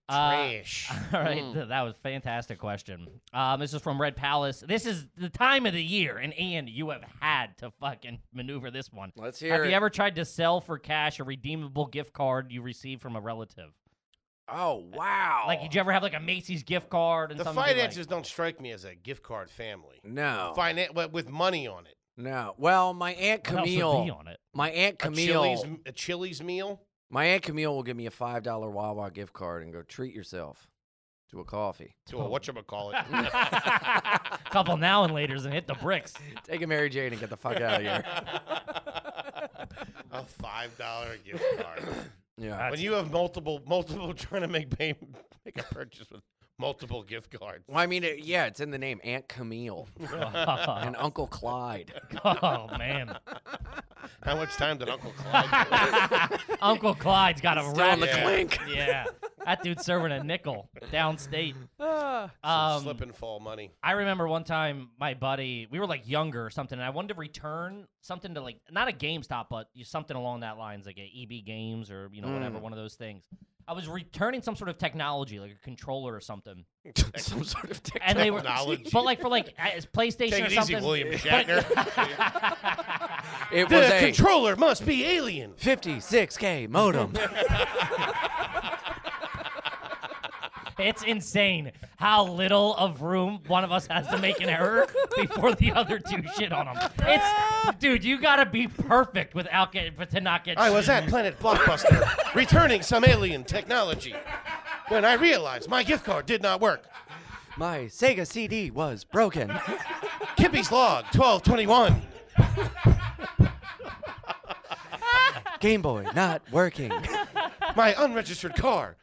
C: Uh,
B: trash.
C: All right, th- that was a fantastic question. Um, this is from Red Palace. This is the time of the year, and Ian, you have had to fucking maneuver this one.
D: Let's hear
C: Have
D: it.
C: you ever tried to sell for cash a redeemable gift card you received from a relative?
D: oh wow.
C: Like, did you ever have like a Macy's gift card and
B: the
C: somebody, like-
B: finances don't strike me as a gift card family.
D: no.
B: Finan- wi- with money on it.
D: No. Well, my aunt
C: What else would be
D: Camille.
C: on it?
D: My aunt
B: A Chili's,
D: Camille.
B: m- a Chili's meal.
D: My aunt Camille will give me a five dollar Wawa gift card and go treat yourself to a coffee.
B: To a whatchamacallit. [LAUGHS]
C: Couple now and later's and hit the bricks. [LAUGHS]
D: Take a Mary Jane and get the fuck
B: Oh,
D: out of here.
B: [LAUGHS] a five dollar gift card.
D: Yeah.
B: when you have multiple, multiple trying to make pay- make a purchase with multiple gift cards.
D: Well, I mean, it, yeah, it's in the name, Aunt Camille
C: oh
D: and
C: [LAUGHS]
D: Uncle Clyde.
B: [LAUGHS]
C: man,
B: How much time did Uncle Clyde? do it?
C: Uncle Clyde's got a
D: On the
C: rabbit.
B: Yeah.
C: [LAUGHS]
D: clink. [LAUGHS]
C: Yeah, that dude's serving a nickel downstate.
B: [SIGHS] Some
C: Um,
B: slip and fall money.
C: I remember one time my buddy, we were like younger or something, and I wanted to return something to like not a GameStop, but you- something along that lines, like a EB Games or you know
B: Mm.
C: whatever, one of those things. I was returning some sort of technology, like a controller or something,
D: Some sort of dick.
C: and they were,
B: Technology.
C: but like for like as PlayStation
B: Take
C: or
B: it
C: something.
B: easy, William [LAUGHS] Shatner.
D: It was
B: the
D: a
B: controller must be alien.
D: 56K modem.
C: [LAUGHS] It's insane how little of room one of us has to make an error before the other two shit on them. It's dude, you gotta be perfect without getting to not get.
B: I was
C: shit.
B: at Planet Blockbuster, returning some alien technology, when I realized my gift card did not work.
D: My Sega CD was broken.
B: Kippy's log, 1221.
D: Game Boy not working.
B: My unregistered
C: [LAUGHS]
B: car.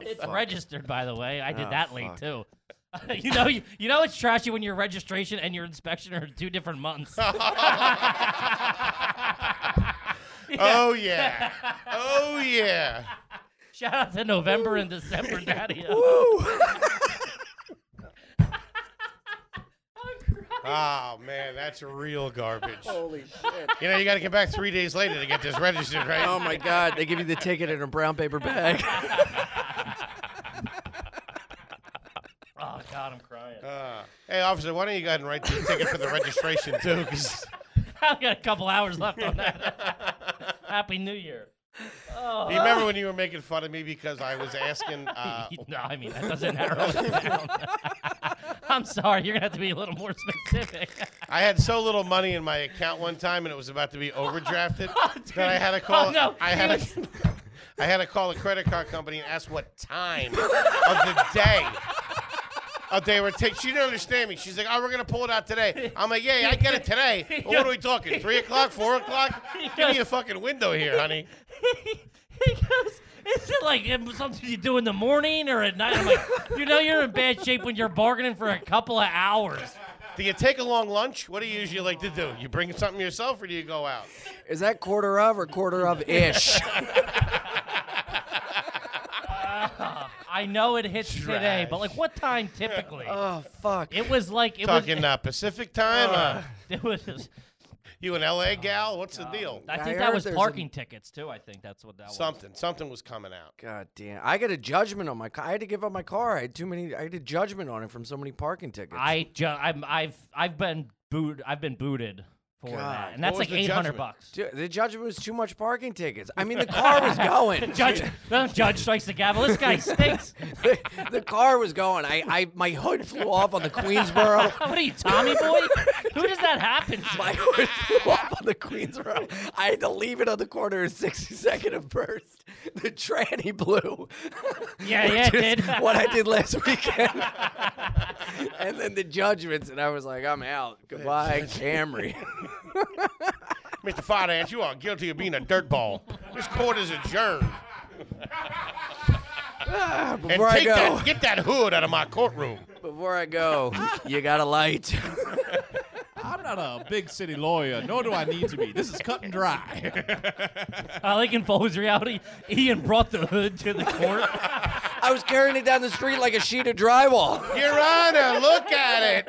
C: It's registered, by the way. I did that late too. [LAUGHS] you know, you, you know, it's trashy when your registration and your inspection are two different months.
B: Oh
C: [LAUGHS]
B: yeah. Oh yeah.
C: Shout out to November and December, Daddy.
B: Oh man, that's real garbage. Holy shit. You know, you gotta get back three days later to get this registered, right?
D: [LAUGHS] Oh my God! They give you the ticket in a brown paper bag.
C: Oh God, I'm crying. [LAUGHS]
B: Uh, hey officer, why don't you go ahead and write the ticket for the registration too? 'cause
C: [LAUGHS] I've got a couple hours left on that. Happy New Year. Uh-huh.
B: Do you remember when you were making fun of me because I was asking uh,
C: [LAUGHS] no, I mean that doesn't narrow it down. [LAUGHS] I'm sorry, you're gonna have to be a little more specific.
B: I had so little money in my account one time, and it was about to
C: [LAUGHS]
B: be overdrafted that I had to call.
C: Oh, no.
B: I had
C: [LAUGHS]
B: a, I had to call a credit card company and ask what time of the day. of they were taking. She didn't understand me. She's like, "Oh, we're gonna pull it out today." I'm like, "Yeah, yeah, I get it
C: [LAUGHS]
B: today." But what are we talking? Three o'clock? Four o'clock? Give me a fucking window here, honey.
C: [LAUGHS] he goes, "Is it like um, something you do in the morning or at night?" I'm like, "You know, you're in bad shape when you're bargaining for a couple of hours."
B: Do you take a long lunch? What do you usually like to do? You bring something yourself, or do you go
C: [LAUGHS]
B: out?
D: Is that quarter of or quarter of [LAUGHS] ish?
C: I know it hits today, but
B: Trash.
C: like, what time typically?
D: oh fuck!
C: it was like it
B: Talking
C: was.
B: uh, Pacific time. Uh,
C: [LAUGHS] It was.
B: you an LA gal? What's the deal?
C: I
D: I
C: think that
D: heard
C: was
D: there's a-
C: parking tickets too. I think that's what that
D: Oh,
C: was.
B: Something. Something was coming out.
D: God damn! I got a judgment on my car. I had to give up my car. I had too many. I had a judgment on it from so many parking tickets.
C: I ju- I'm, I've I've been booed. I've been booted for that,
D: God.
C: and that's
B: What was
C: like
B: the
C: eight hundred
B: judgment?
C: bucks.
D: Dude, the judgment was too much parking tickets. I mean, the car [LAUGHS] was going.
C: Judge, no, judge strikes the gavel. This guy stinks.
D: the car was going. I, I, my hood flew off on the Queensboro.
C: Oh,
D: [LAUGHS]
C: what are you, Tommy boy? Who does that happen to?
D: My hood flew off on the Queensboro. I had to leave it on the corner of 62nd and First. The tranny blew.
C: Yeah, yeah, it
D: [LAUGHS] Which
C: did.
D: is
B: [LAUGHS]
D: what I did last weekend. and then the judgments, and I was like, I'm out. Goodbye, Camry.
B: Mr. Finance, you are guilty of being a dirtball. This court is adjourned. [LAUGHS] And
D: Before I
B: take
D: go,
B: that, get that hood out of my courtroom.
D: before I go, you got a light.
E: I don't not a big city lawyer, nor do I need to be. This is cut and dry.
C: I Uh, like in Foley's reality, Ian brought the hood to the court.
D: I was carrying it down the street like a sheet of drywall.
B: [LAUGHS] Your Honor, look at it.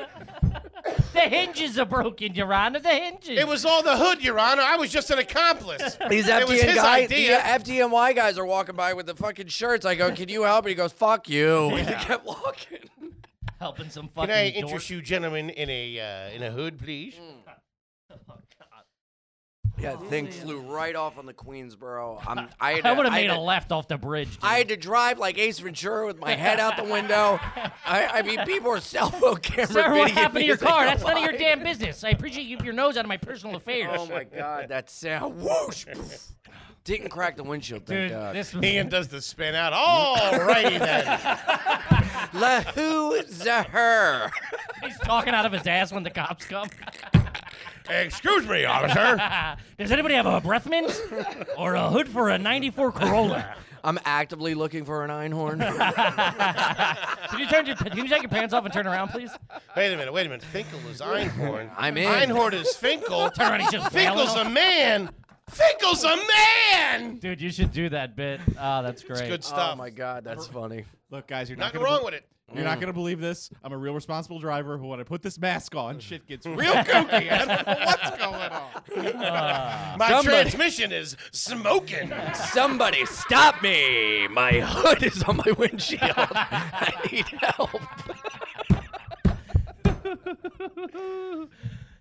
C: the hinges are broken, Your Honor. The hinges.
B: It was all the hood, Your Honor. I was just an
D: [LAUGHS]
B: accomplice.
D: These
B: it was
D: FDN
B: his
D: guys, the
B: idea.
D: FDNY guys are walking by with the fucking shirts. I go, "Can you help?" And he goes, "Fuck you." And he kept walking.
C: helping some
B: Can
C: fucking.
B: I
C: dork.
B: interest you, gentlemen, in a uh, in a hood, please?
C: I
D: Yeah,
C: Oh,
D: thing flew right off on the Queensboro.
C: [LAUGHS]
D: I'm, I had. to-
C: would have
D: I
C: made
D: had
C: a
D: to-
C: left off the bridge. dude.
D: I had to drive like Ace Ventura with my head out the window. I, I mean, people are cell phone
C: [LAUGHS]
D: camera
C: Sir, what
D: videoing
C: happened to
D: [LAUGHS]
C: your
D: me as I
C: car?
D: go
C: That's none of your
D: by.
C: damn business. I appreciate you keep your nose out of my personal affairs.
D: [LAUGHS] Oh my god, that sound! Whoosh! Poof. Didn't crack the windshield.
C: Dude,
D: Thank god.
C: this
B: Ian does the spin out. All
D: Mm.
B: righty then.
D: [LAUGHS] La who the her?
C: [LAUGHS] he's talking out of his ass when the cops come.
B: Excuse me, officer.
C: Does anybody have a breath mint
D: [LAUGHS]
C: or a hood for a 94 Corolla?
D: I'm actively looking for an
C: [LAUGHS]
D: einhorn.
C: Can you turn your can you take your pants off and turn around, please?
B: Wait a minute, wait a minute. Finkel is Einhorn.
D: I'm in.
B: Einhorn is
D: [LAUGHS]
B: Finkel.
C: Turn around,
B: [LAUGHS]
C: he's just
B: Finkel's a
C: wailing on-
B: man. Finkel's a man.
C: [LAUGHS] Dude, you should do that bit. Oh, that's great.
B: Good
D: oh
B: stuff.
D: my god, that's funny.
E: Look, guys, you're not
B: Nothing
E: gonna
B: wrong
E: be-
B: with it.
E: You're not gonna believe this. I'm a real responsible driver. When I put this mask on, shit gets
B: Real
E: real.
B: kooky. I don't know [LAUGHS] what's going on? My
D: Ah. Somebody-
B: transmission is
D: [LAUGHS]
B: smoking.
D: Somebody stop me! My hood is on my windshield. [LAUGHS] I need help.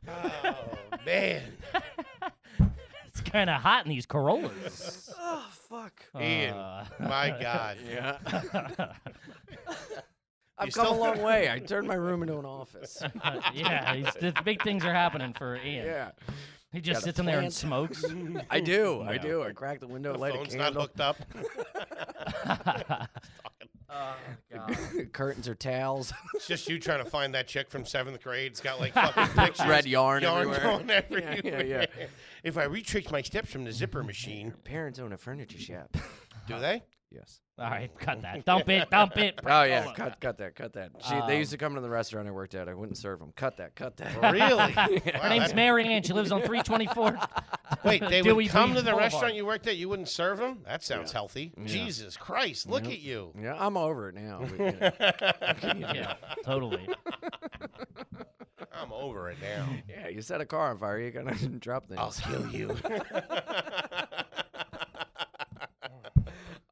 D: Oh,
B: Man,
C: It's kind of hot in these Corollas.
D: Oh fuck!
B: Ian, my God.
D: Ah. [LAUGHS] Yeah. I've
B: still-
D: come a long way. I turned my room into an office.
C: Uh, yeah, he's, the big things are happening for Ian.
D: Yeah,
C: He just
D: Got a
C: sits in there and
D: plant.
B: [LAUGHS]
C: smokes.
D: I do. I do. I cracked the window, light a
B: Phone's not
D: candle.
B: hooked
D: [LAUGHS]
B: up.
D: [LAUGHS] Curtains or towels.
B: It's just you trying to find that chick from seventh grade. It's got like fucking pictures.
D: [LAUGHS] Red yarn
B: yarn
D: everywhere.
B: going everywhere.
D: Yeah, yeah, yeah.
B: If I retrace my steps from the zipper machine,
D: Parents own a furniture shop.
B: do they?
D: [LAUGHS] Yes.
C: All right, cut that. Dump it. Dump
B: [LAUGHS]
C: it.
D: Oh yeah. Cut, cut that. Cut that. She, they used to come to the restaurant I worked at. I wouldn't serve them. Cut that. Cut that.
B: Really?
C: Her name's Mary Ann. She lives
B: [LAUGHS]
C: on 324.
B: Wait, they
C: Dewey
B: would come to
C: Breeze
B: the
C: Boulevard.
B: restaurant you worked at. You wouldn't serve them. That sounds healthy. Jesus Christ! Look at
C: [LAUGHS]
B: you.
D: [LAUGHS]
B: [LAUGHS]
D: Yeah, I'm over it now. We- yeah.
C: [LAUGHS] Yeah, totally.
B: I'm over it now.
C: [LAUGHS]
B: [LAUGHS]
D: Yeah, you set a car on fire, you're gonna [LAUGHS] drop things.
B: kill you.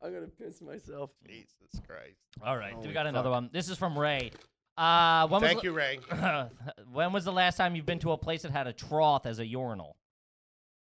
D: I'm gonna piss myself.
B: Jesus Christ!
C: All right, we got another one. This is from Ray. Uh, when
B: Thank
C: was
B: you, Ray.
C: the- [LAUGHS] when was the last time you've been to a place that had a trough as a urinal?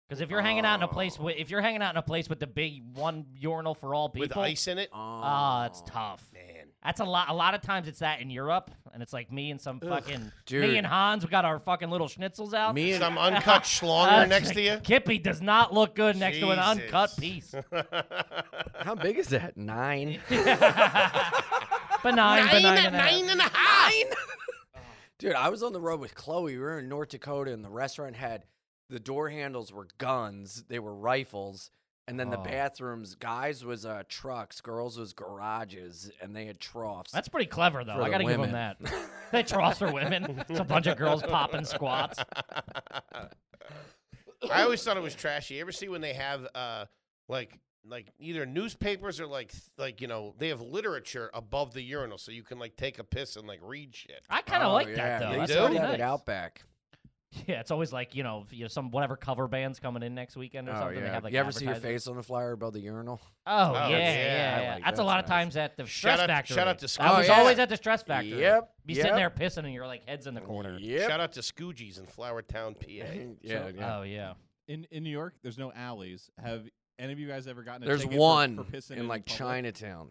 C: Because if you're hanging out in a place,
B: Oh.
C: with, if you're hanging out in a place with the big one urinal for all people,
B: With ice in it,
D: Um,
C: ah, it's tough.
B: man.
C: [LAUGHS] That's a lot. A lot of times it's that in Europe, and it's like me and some fucking
D: dude.
C: me and Hans. We got our fucking little schnitzels out. Uh,
D: Me and
B: Some
C: [LAUGHS]
B: uncut schlonger next to you.
C: Kippy does not look good next to an uncut
B: Jesus. [LAUGHS]
D: [LAUGHS]
C: piece.
D: [LAUGHS]
C: [LAUGHS]
D: how big is that? Nine.
C: Benign, benign,
B: Nine,
C: and a half.
B: nine and a
C: Ah!
B: half.
C: [LAUGHS]
D: [LAUGHS] Dude, I was on the road with Chloe. We were in North Dakota, and the restaurant had the door handles were guns. They were rifles. And then the
C: Oh.
D: bathrooms, guys was uh, trucks, girls was garages, and they had troughs. [LAUGHS]
C: That's pretty clever, though.
D: For
C: I
D: the
C: gotta give them
D: women.
C: that. They troughs for women. It's a bunch of girls popping squats.
B: I always thought it was trashy. You ever see when they have uh like like either newspapers or like th- like you know they have literature above the urinal so you can like take a piss and like read shit.
C: I kind of
D: Oh,
C: like
D: yeah,
C: that though.
D: They
C: That's
B: do?
D: started
C: pretty
D: out
C: nice.
D: at Outback.
C: Yeah, it's always like you know, if you know, some whatever cover band's coming in next weekend or
D: Oh,
C: something. They
D: yeah.
C: have like
D: you ever see your
C: advertising.
D: face on the flyer above the urinal?
C: Oh,
B: Oh,
C: yeah, yeah.
B: that's-
C: yeah,
D: I like-
C: that's a lot
D: that's
C: of
D: nice.
C: times at the
B: Shout
C: stress
B: out-
C: factory.
B: shout out to
C: I
B: Scott.
C: was
D: Oh, yeah.
C: always at the stress factory.
D: Yep,
C: Be sitting there
D: yep.
C: pissing and your like head's in the corner.
D: Yep.
B: Shout out to Scoogies in Flowertown,
C: [LAUGHS]
B: PA.
D: yeah, yeah.
C: Oh yeah.
E: In in New York, there's no alleys. Have any of you guys ever gotten? A
D: There's
E: ticket for-
D: one
E: for, pissing
D: in like
E: public?
D: Chinatown.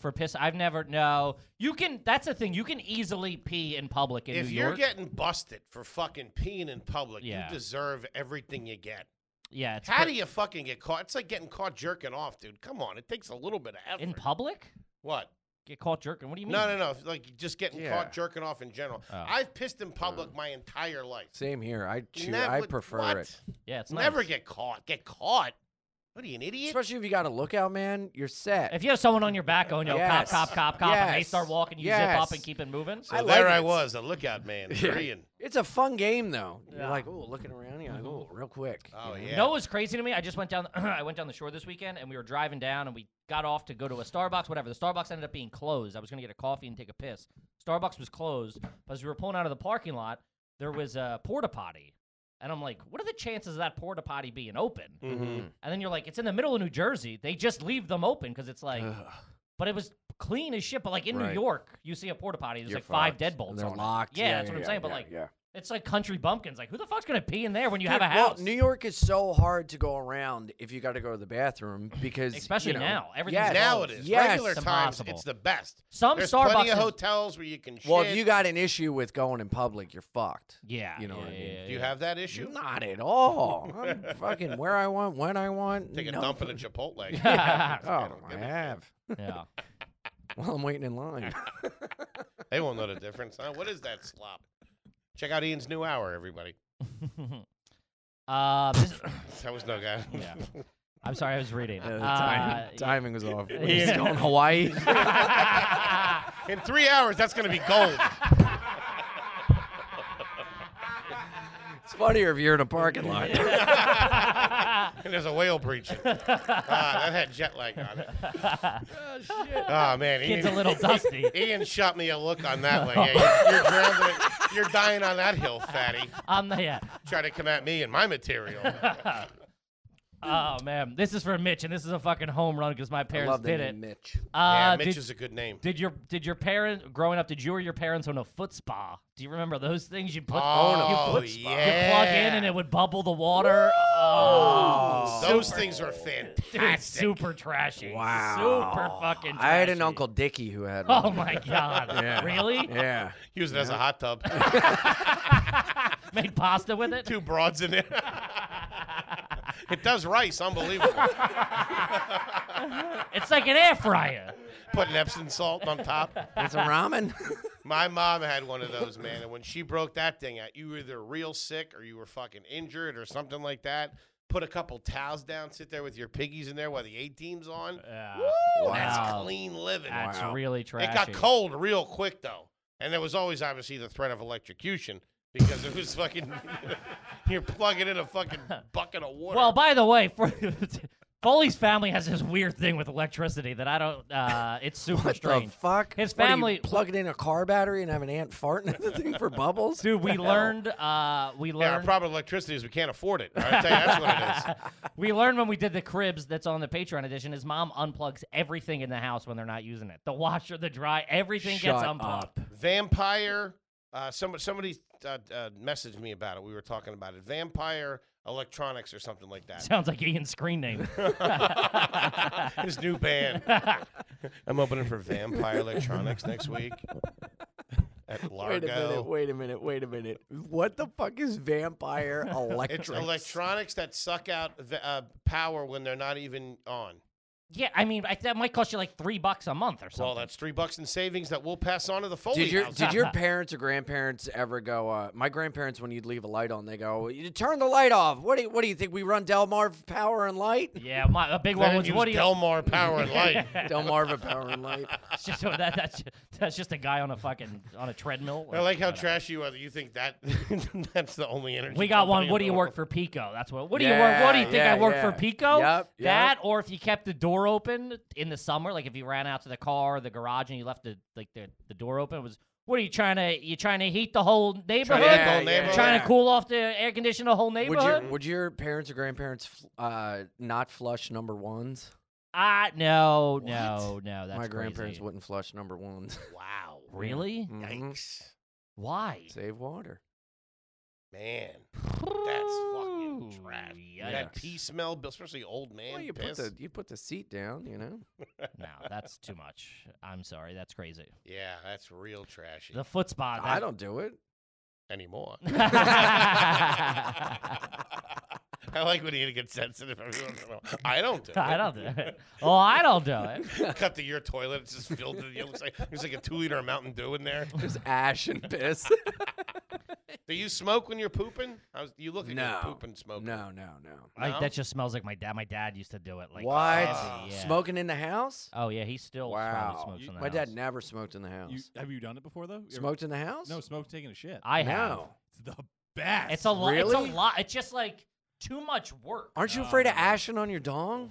C: For piss, I've never no. You can. That's the thing. You can easily pee in public in
B: If
C: New
B: you're
C: York.
B: getting busted for fucking peeing in public,
C: Yeah.
B: you deserve everything you get.
C: yeah. It's
B: How
C: pre-
B: do you fucking get caught? It's like getting caught jerking off, dude. Come on, it takes a little bit of effort.
C: in public
B: what?
C: get caught jerking? What do you mean?
B: No, no, no. Like just getting
D: Yeah. Oh.
B: caught jerking off in general.
C: Oh.
B: I've pissed in public my entire life.
D: Same here. I choose.
B: Never-
D: I prefer
B: what?
D: it.
C: Yeah, it's
B: Never
C: nice.
B: get caught. Get caught. What are you, an idiot?
D: Especially if you got a lookout, man. You're set.
C: If you have someone on your back going, yo,
D: Yes.
C: cop, cop, cop, cop, and they
D: Yes.
C: start walking, you zip up
D: Yes.
C: and keep it moving.
B: So
D: I like
B: there I
D: it.
B: was, a lookout
D: [LAUGHS]
B: man, Korean.
D: It's a fun game though.
C: Yeah. Mm-hmm.
D: You're like, oh, looking around, you're like, oh, real quick.
B: Oh
D: You know?
B: yeah.
C: You know what was crazy to me? I just went down. [CLEARS THROAT] I went down the shore this weekend, and we were driving down, and we got off to go to a Starbucks. Whatever. The Starbucks ended up being closed. I was gonna get a coffee and take a piss. Starbucks was closed. But as we were pulling out of the parking lot, there was a porta potty, and I'm like, "What are the chances of that porta potty being open?"
D: [LAUGHS] Mm-hmm.
B: Mhm.
C: And then you're like, "It's in the middle of New Jersey. They just leave them open because it's like."
D: Ugh.
C: But it was clean as shit. But like in New
D: Right.
C: York, you see a porta potty. There's
D: You're
C: like five
D: fucked.
C: deadbolts.
D: And they're
C: on it.
D: locked.
C: Yeah,
D: Yeah,
C: that's what I'm
D: yeah,
C: saying. but
D: yeah,
C: like,
D: yeah.
C: it's like country bumpkins. Like, who the fuck's gonna pee in there when you have a
D: Dude,
C: house?
D: Well, New York is so hard to go around if you got to go to
C: [CLEARS THROAT]
D: the bathroom because you
C: Especially
D: know-
C: now. Everything's
D: yes.
B: Now it is.
D: Yes.
B: Regular
C: It's
B: times,
C: impossible.
B: it's the best.
C: Some
B: There's
C: Starbucks
B: plenty of
C: is-
B: hotels where you can.
D: Well,
B: shit.
D: if you got an issue with going in public, you're fucked.
C: Yeah.
D: You know what I mean?
B: do you have that issue?
D: Not
C: [LAUGHS]
D: at all. I'm fucking where I want, when I want.
B: Take a
D: no. [LAUGHS]
B: dump in a Chipotle.
C: Yeah.
D: Oh,
B: don't give a
D: I
B: shit.
D: have.
C: [LAUGHS] yeah.
D: While I'm waiting in
C: [LAUGHS]
D: line. [LAUGHS]
B: They won't know the difference. Huh? What is that slop? Check out Ian's new hour, everybody.
C: Uh, this-
B: That was no guy.
C: yeah. I'm sorry, I was reading.
D: Uh, the
C: Uh,
D: tim- timing was off. When
C: [LAUGHS]
D: He's
C: yeah.
D: going to Hawaii.
B: [LAUGHS]
C: [LAUGHS]
B: In three hours, that's going to be gold.
D: it's funnier if you're in a parking
C: [LAUGHS]
D: lot.
B: and there's a whale preaching. Ah, that had jet lag on it. Oh, shit. Oh, man.
C: Kid's
B: Ian,
C: a little dusty.
B: [LAUGHS] Ian shot me a look on
C: [LAUGHS]
B: that one. Yeah, you're, you're, drowning, you're dying on that hill, fatty.
C: I'm the, yeah.
B: Try to come at me and my
C: [LAUGHS]
B: material.
C: Oh man, this is for Mitch, and this is a fucking home run because my
D: I
C: parents
D: love the
C: did
D: name
C: it.
D: Mitch.
B: yeah,
C: Uh,
B: Mitch
C: did,
B: is a good name.
C: did your did your parent growing up? Did you or your parents own a foot spa? Do you remember those things you put
B: Oh,
C: you, put, you plug in
B: yeah.
C: and it would bubble the water? Oh,
B: Those things are fantastic.
C: Dude, super trashy.
D: Wow.
C: Super fucking trashy.
D: I had an Uncle Dickie who had
C: [LAUGHS] Oh
D: one.
C: my God.
D: [LAUGHS] Yeah.
C: Really?
D: Yeah.
B: Use it as a hot tub. [LAUGHS]
C: Made pasta with it?
B: Two broads in there. [LAUGHS] it does rice.
C: [LAUGHS]
B: Unbelievable.
C: It's like an air fryer.
B: Putting Epsom salt on top.
D: That's a ramen.
B: My mom had one of those, man. And when she broke that thing out, you were either real sick or you were fucking injured or something like that. Put a couple towels down, sit there with your piggies in there while the A team's on. That's
C: [LAUGHS] Uh, Wow.
B: clean living.
C: That's
D: Wow.
C: really trashy.
B: It got cold real quick, though. And there was always, obviously, the threat of electrocution because it was fucking. [LAUGHS] you're plugging in a
C: [LAUGHS]
B: fucking bucket of water.
C: Well, by the way, for [LAUGHS] Foley's family has this weird thing with electricity that I don't. Uh, it's super
D: What the
C: strange.
D: fuck?
C: His
D: What, are you
C: family-
D: plugging in a car battery and have an ant farting at [LAUGHS] the thing for bubbles.
C: Dude,
D: [LAUGHS]
C: we learned. Uh, we
B: yeah, our
C: learned.
B: problem with electricity is we can't afford it. I tell you, that's what
C: [LAUGHS]
B: it is.
C: we learned when we did the cribs that's on the Patreon edition. His mom unplugs everything in the house when they're not using it. The washer, the dry, everything gets
D: Shut
C: unplugged.
D: up.
B: Vampire. Uh, somebody somebody uh, uh, messaged me about it. We were talking about it. Vampire electronics or something like that. [LAUGHS]
C: Sounds like Ian's screen name.
B: His new
C: [LAUGHS]
B: band. I'm opening for Vampire Electronics next week at
C: [LAUGHS]
D: Wait a minute,
B: Largo.
D: wait a minute, wait a minute. What the fuck
C: [LAUGHS]
D: is vampire electric?
B: It's electronics that suck out the, uh, power when they're not even on.
C: yeah, I mean, I, that might cost you like three bucks a month or
B: Well,
C: something.
B: that's three bucks in savings that we'll pass on to the Foley
D: Did your
B: house. [LAUGHS]
D: did your parents or grandparents ever go? Uh, my grandparents, when you'd leave a light on, they go, "You turn the light off." What do you, what do you think we run Delmarv Power and
C: [LAUGHS]
D: Light?
C: [LAUGHS] yeah, my, a big
B: They
C: one
B: didn't
C: was
B: use
C: what do you?
B: Delmar Power and
C: [LAUGHS]
B: Light.
D: Delmarva Power and Light.
C: It's [LAUGHS] just that, that's ju- that's just a guy on a fucking on a treadmill. uh,
B: I like how trashy you are. that You think that [LAUGHS] that's the only energy.
C: We got
B: company
C: one.
B: in
C: What
B: the
C: do you
B: world.
C: work for Pico? That's what. What do you work? What do you
D: Yeah,
C: think I
D: yeah,
C: work for
D: yeah.
C: Pico?
D: Yep, yep.
C: That or if you kept the door open in the summer, like if you ran out to the car, or the garage, and you left the like the, the door open, it was what are you trying to? You trying to heat the whole neighborhood?
B: heat the
D: whole
C: You're
D: neighborhood.
C: trying to
D: Yeah.
C: cool off the air condition the whole
D: Would your
C: neighborhood?
D: would your parents or grandparents fl- uh, not flush number ones?
C: Ah, no, no, no. That's
D: my grandparents
C: crazy.
D: wouldn't flush number ones. [LAUGHS]
B: Wow.
C: Really? Mm-hmm.
D: Mhm.
B: Yikes.
C: Why?
D: Save water.
B: Man. That's fucking
C: Ooh,
B: trash.
C: yikes.
B: That pee smell, b- especially old man
D: Well, you put
B: piss.
D: the you put the seat down, you know.
C: No, that's too much. I'm sorry. That's crazy.
B: yeah, that's real trashy.
C: The foot spa. That, [LAUGHS]
D: I don't do it.
B: Anymore.
C: I
B: I like when you get sensitive. [LAUGHS] Every once in a while. I don't
C: [LAUGHS]
B: do it.
C: don't do it. Oh, I don't do
D: [LAUGHS]
B: [LAUGHS]
C: it.
B: Cut to your toilet. It's [LAUGHS]
C: [LAUGHS]
D: [LAUGHS]
B: just filled. With, it looks like there's like a two liter Mountain Dew in there.
D: Just ash and piss.
B: Do you smoke when you're pooping? I was, you look like
D: No.
B: you're pooping
C: Oh.
B: smoking.
D: No, no, no.
C: I,
B: No?
C: that just smells like my dad. My dad used to do it. Like
D: what?
B: Ah.
C: crazy, yeah.
D: Smoking in the house?
C: Oh yeah, he still
D: Wow.
C: probably smokes
E: You-
C: in the
D: My dad
C: house.
D: never smoked in the house.
E: You, have you done it before though? You ever-
D: Smoked in the house?
E: No, smoked taking a shit.
C: I have.
D: no.
E: it's the best. [LAUGHS]
C: It's a lot.
D: Really?
C: It's a lot. It's just like too much work.
D: Aren't you
E: No.
D: afraid of ashing on your dong?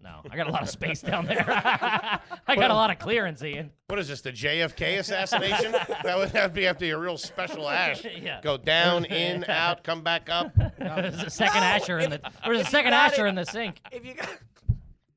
C: No, I got a lot of space
D: [LAUGHS]
C: down there. [LAUGHS] I got a lot of clearance, Ian.
B: What is this? The JFK
C: [LAUGHS]
B: assassination? that would have to be after a real special ash.
C: Yeah.
B: Go
C: [LAUGHS]
B: down, in, out, come back up.
C: There's a second
D: No,
C: asher in
D: if-
C: the. There's a second
D: got
C: asher
D: it-
C: in the sink.
D: If you got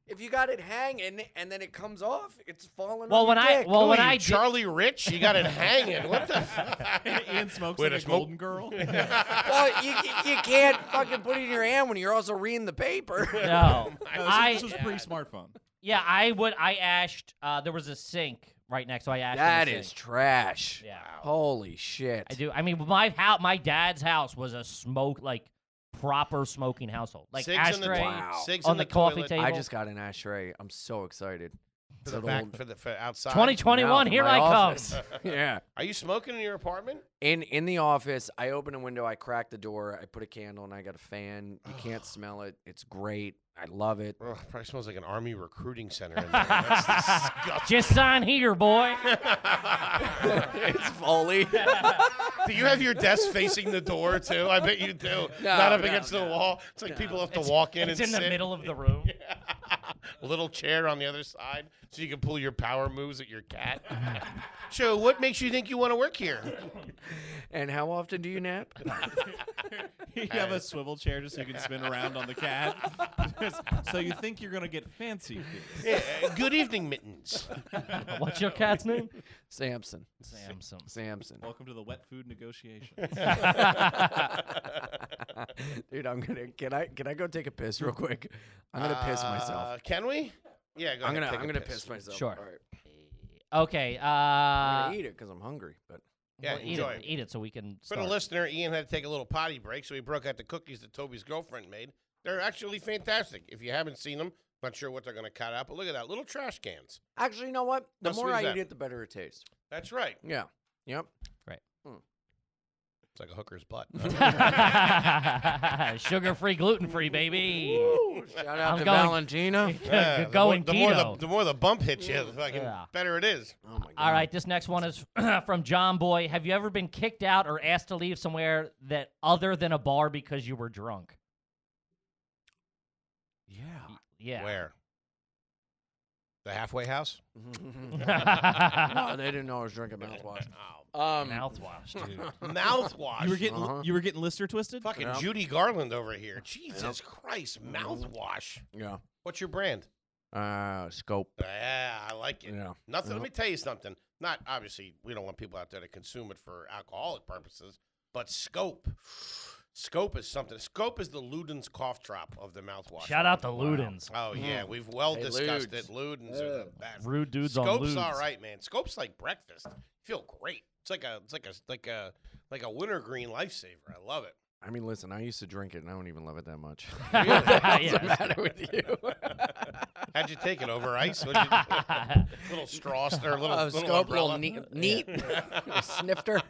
D: if you got it hanging and then it comes off, it's falling.
C: Well,
D: on
C: when
D: your
C: I
D: dick.
C: well
B: Who
C: when
B: are you,
C: [LAUGHS] I did,
B: Charlie Rich, you got it hanging. What
E: [LAUGHS]
B: the? F-
E: Ian smokes
B: Way
E: like
B: to
E: a
B: smoke.
E: golden girl. [LAUGHS]
D: well, you, you can't fucking put it in your hand when you're also reading
C: [LAUGHS]
D: the paper.
C: no,
E: No, this,
C: I
E: was, this was
C: [LAUGHS]
E: pre-smartphone.
C: yeah I would I ashed. Uh, there was a sink right next, so I ashed. in
D: that
C: the
D: is
C: sink.
D: trash.
C: yeah.
D: Holy shit.
C: I do. I mean, my house, my dad's house was a smoke like proper smoking household, like
B: Cigs in the
C: ashtray.
B: to-
D: Wow.
B: Cigs
C: on
B: in
C: the coffee
B: toilet,
C: table.
D: I just got an ashtray. I'm so excited.
B: to
D: It's
B: the
D: an
B: back
C: [LAUGHS]
D: old
B: for the for outside.
C: 2021,
D: mouth
C: here
D: in my
C: I come. [LAUGHS]
D: office. [LAUGHS] yeah.
B: Are you smoking in your apartment?
D: In in the office, I open a window, I crack the door, I put a candle, and I got a fan.
B: [SIGHS]
D: You can't smell it. It's great. I love it.
B: Oh, it probably smells like an army recruiting center. In there.
C: [LAUGHS]
B: That's disgusting.
C: Just sign here, boy.
D: it's [LAUGHS] Foley.
B: [LAUGHS] Do you have your desk facing the door too? I bet you do.
D: No,
B: Not up
D: no,
B: against the
D: no.
B: wall. It's like people have to walk in
C: it's
B: and
C: in
B: sit.
C: the middle of the room.
B: Little chair on the other side, so you can pull your power moves at your cat. [LAUGHS] so, what makes you think you want to work here?
C: [LAUGHS]
D: and how often do
B: [LAUGHS]
D: you nap?
E: you have a swivel chair just so you can spin around on the [LAUGHS] cat. so you think you're gonna get fancy? Fees.
B: Yeah, Good evening, mittens.
C: What's your cat's name?
D: Samson.
C: Samsung.
D: Samson.
E: Welcome to the wet food negotiation.
D: [LAUGHS] Dude, I'm gonna can I can I go take a piss real quick? I'm gonna piss myself.
B: Uh, can we? Yeah, go
D: I'm
B: ahead,
D: gonna
B: take a
D: I'm gonna piss. myself.
C: Sure.
D: All right.
C: [LAUGHS] Okay. Uh,
D: I'm gonna eat it because I'm hungry. But
B: Yeah,
C: well, eat
B: enjoy.
C: it. Eat it so we can.
B: For
C: Start.
B: the listener, Ian had to take a little potty break, so he broke out the cookies that Toby's girlfriend made. They're actually fantastic. If you haven't seen them, not sure what they're going to cut out, but look at that little trash cans.
D: actually, you know what? The
B: How
D: more
B: sweet
D: I
B: is that?
D: eat it, the better it tastes.
B: That's right.
D: Yeah. Yep.
B: It's like a hooker's butt.
C: [LAUGHS] Sugar-free, gluten-free, baby.
D: Shout out
C: I'm
D: to
C: going- [LAUGHS]
D: Valentina.
B: Yeah,
C: Go-
B: the
C: Going
B: more, the more the,
C: keto.
B: the more the bump hits you, the fucking
C: Yeah.
B: better it is.
D: Oh my god.
C: All right, this next one is [CLEARS THROAT] from John Boy. Have you ever been kicked out or asked to leave somewhere that other than a bar because you were drunk?
D: Yeah.
C: Yeah.
B: Where? The halfway house.
D: [LAUGHS] no, they didn't know I was drinking mouthwash. Um,
C: Mouthwash, dude.
B: [LAUGHS] Mouthwash.
E: You were getting
D: Uh-huh.
E: you were getting lister twisted.
B: fucking
D: Yeah.
B: Judy Garland over here. Jesus Christ,
D: Mm-hmm.
B: mouthwash.
D: [LAUGHS] Yeah.
B: What's your brand?
D: Uh, scope.
B: Yeah, I like it.
D: Yeah.
B: Nothing. Let
D: Yeah.
B: me tell you something. Not obviously, we don't want people out there to consume it for alcoholic purposes, but scope. Scope is something. Scope is the Luden's cough drop of the mouthwash.
C: Shout out to Ludens.
B: Oh yeah, we've well
D: Mm-hmm. Hey,
B: discussed
D: Ludes.
B: it. Ludens are the best.
C: Rude dudes on
B: Scope's
C: Ludes.
B: all right, man. Scope's like breakfast. You feel great. It's like a, it's like a, like a, like a wintergreen lifesaver. I
C: [LAUGHS]
B: love it.
D: I mean, listen, I used to drink it, and I don't even love it that much. [LAUGHS]
C: [LAUGHS] Yeah.
D: What's the matter with you?
B: How'd you take it over ice? What'd
C: [LAUGHS]
B: you do? little straw or little,
D: Uh,
B: little
D: scope,
B: umbrella.
D: little neat, neat [LAUGHS] snifter.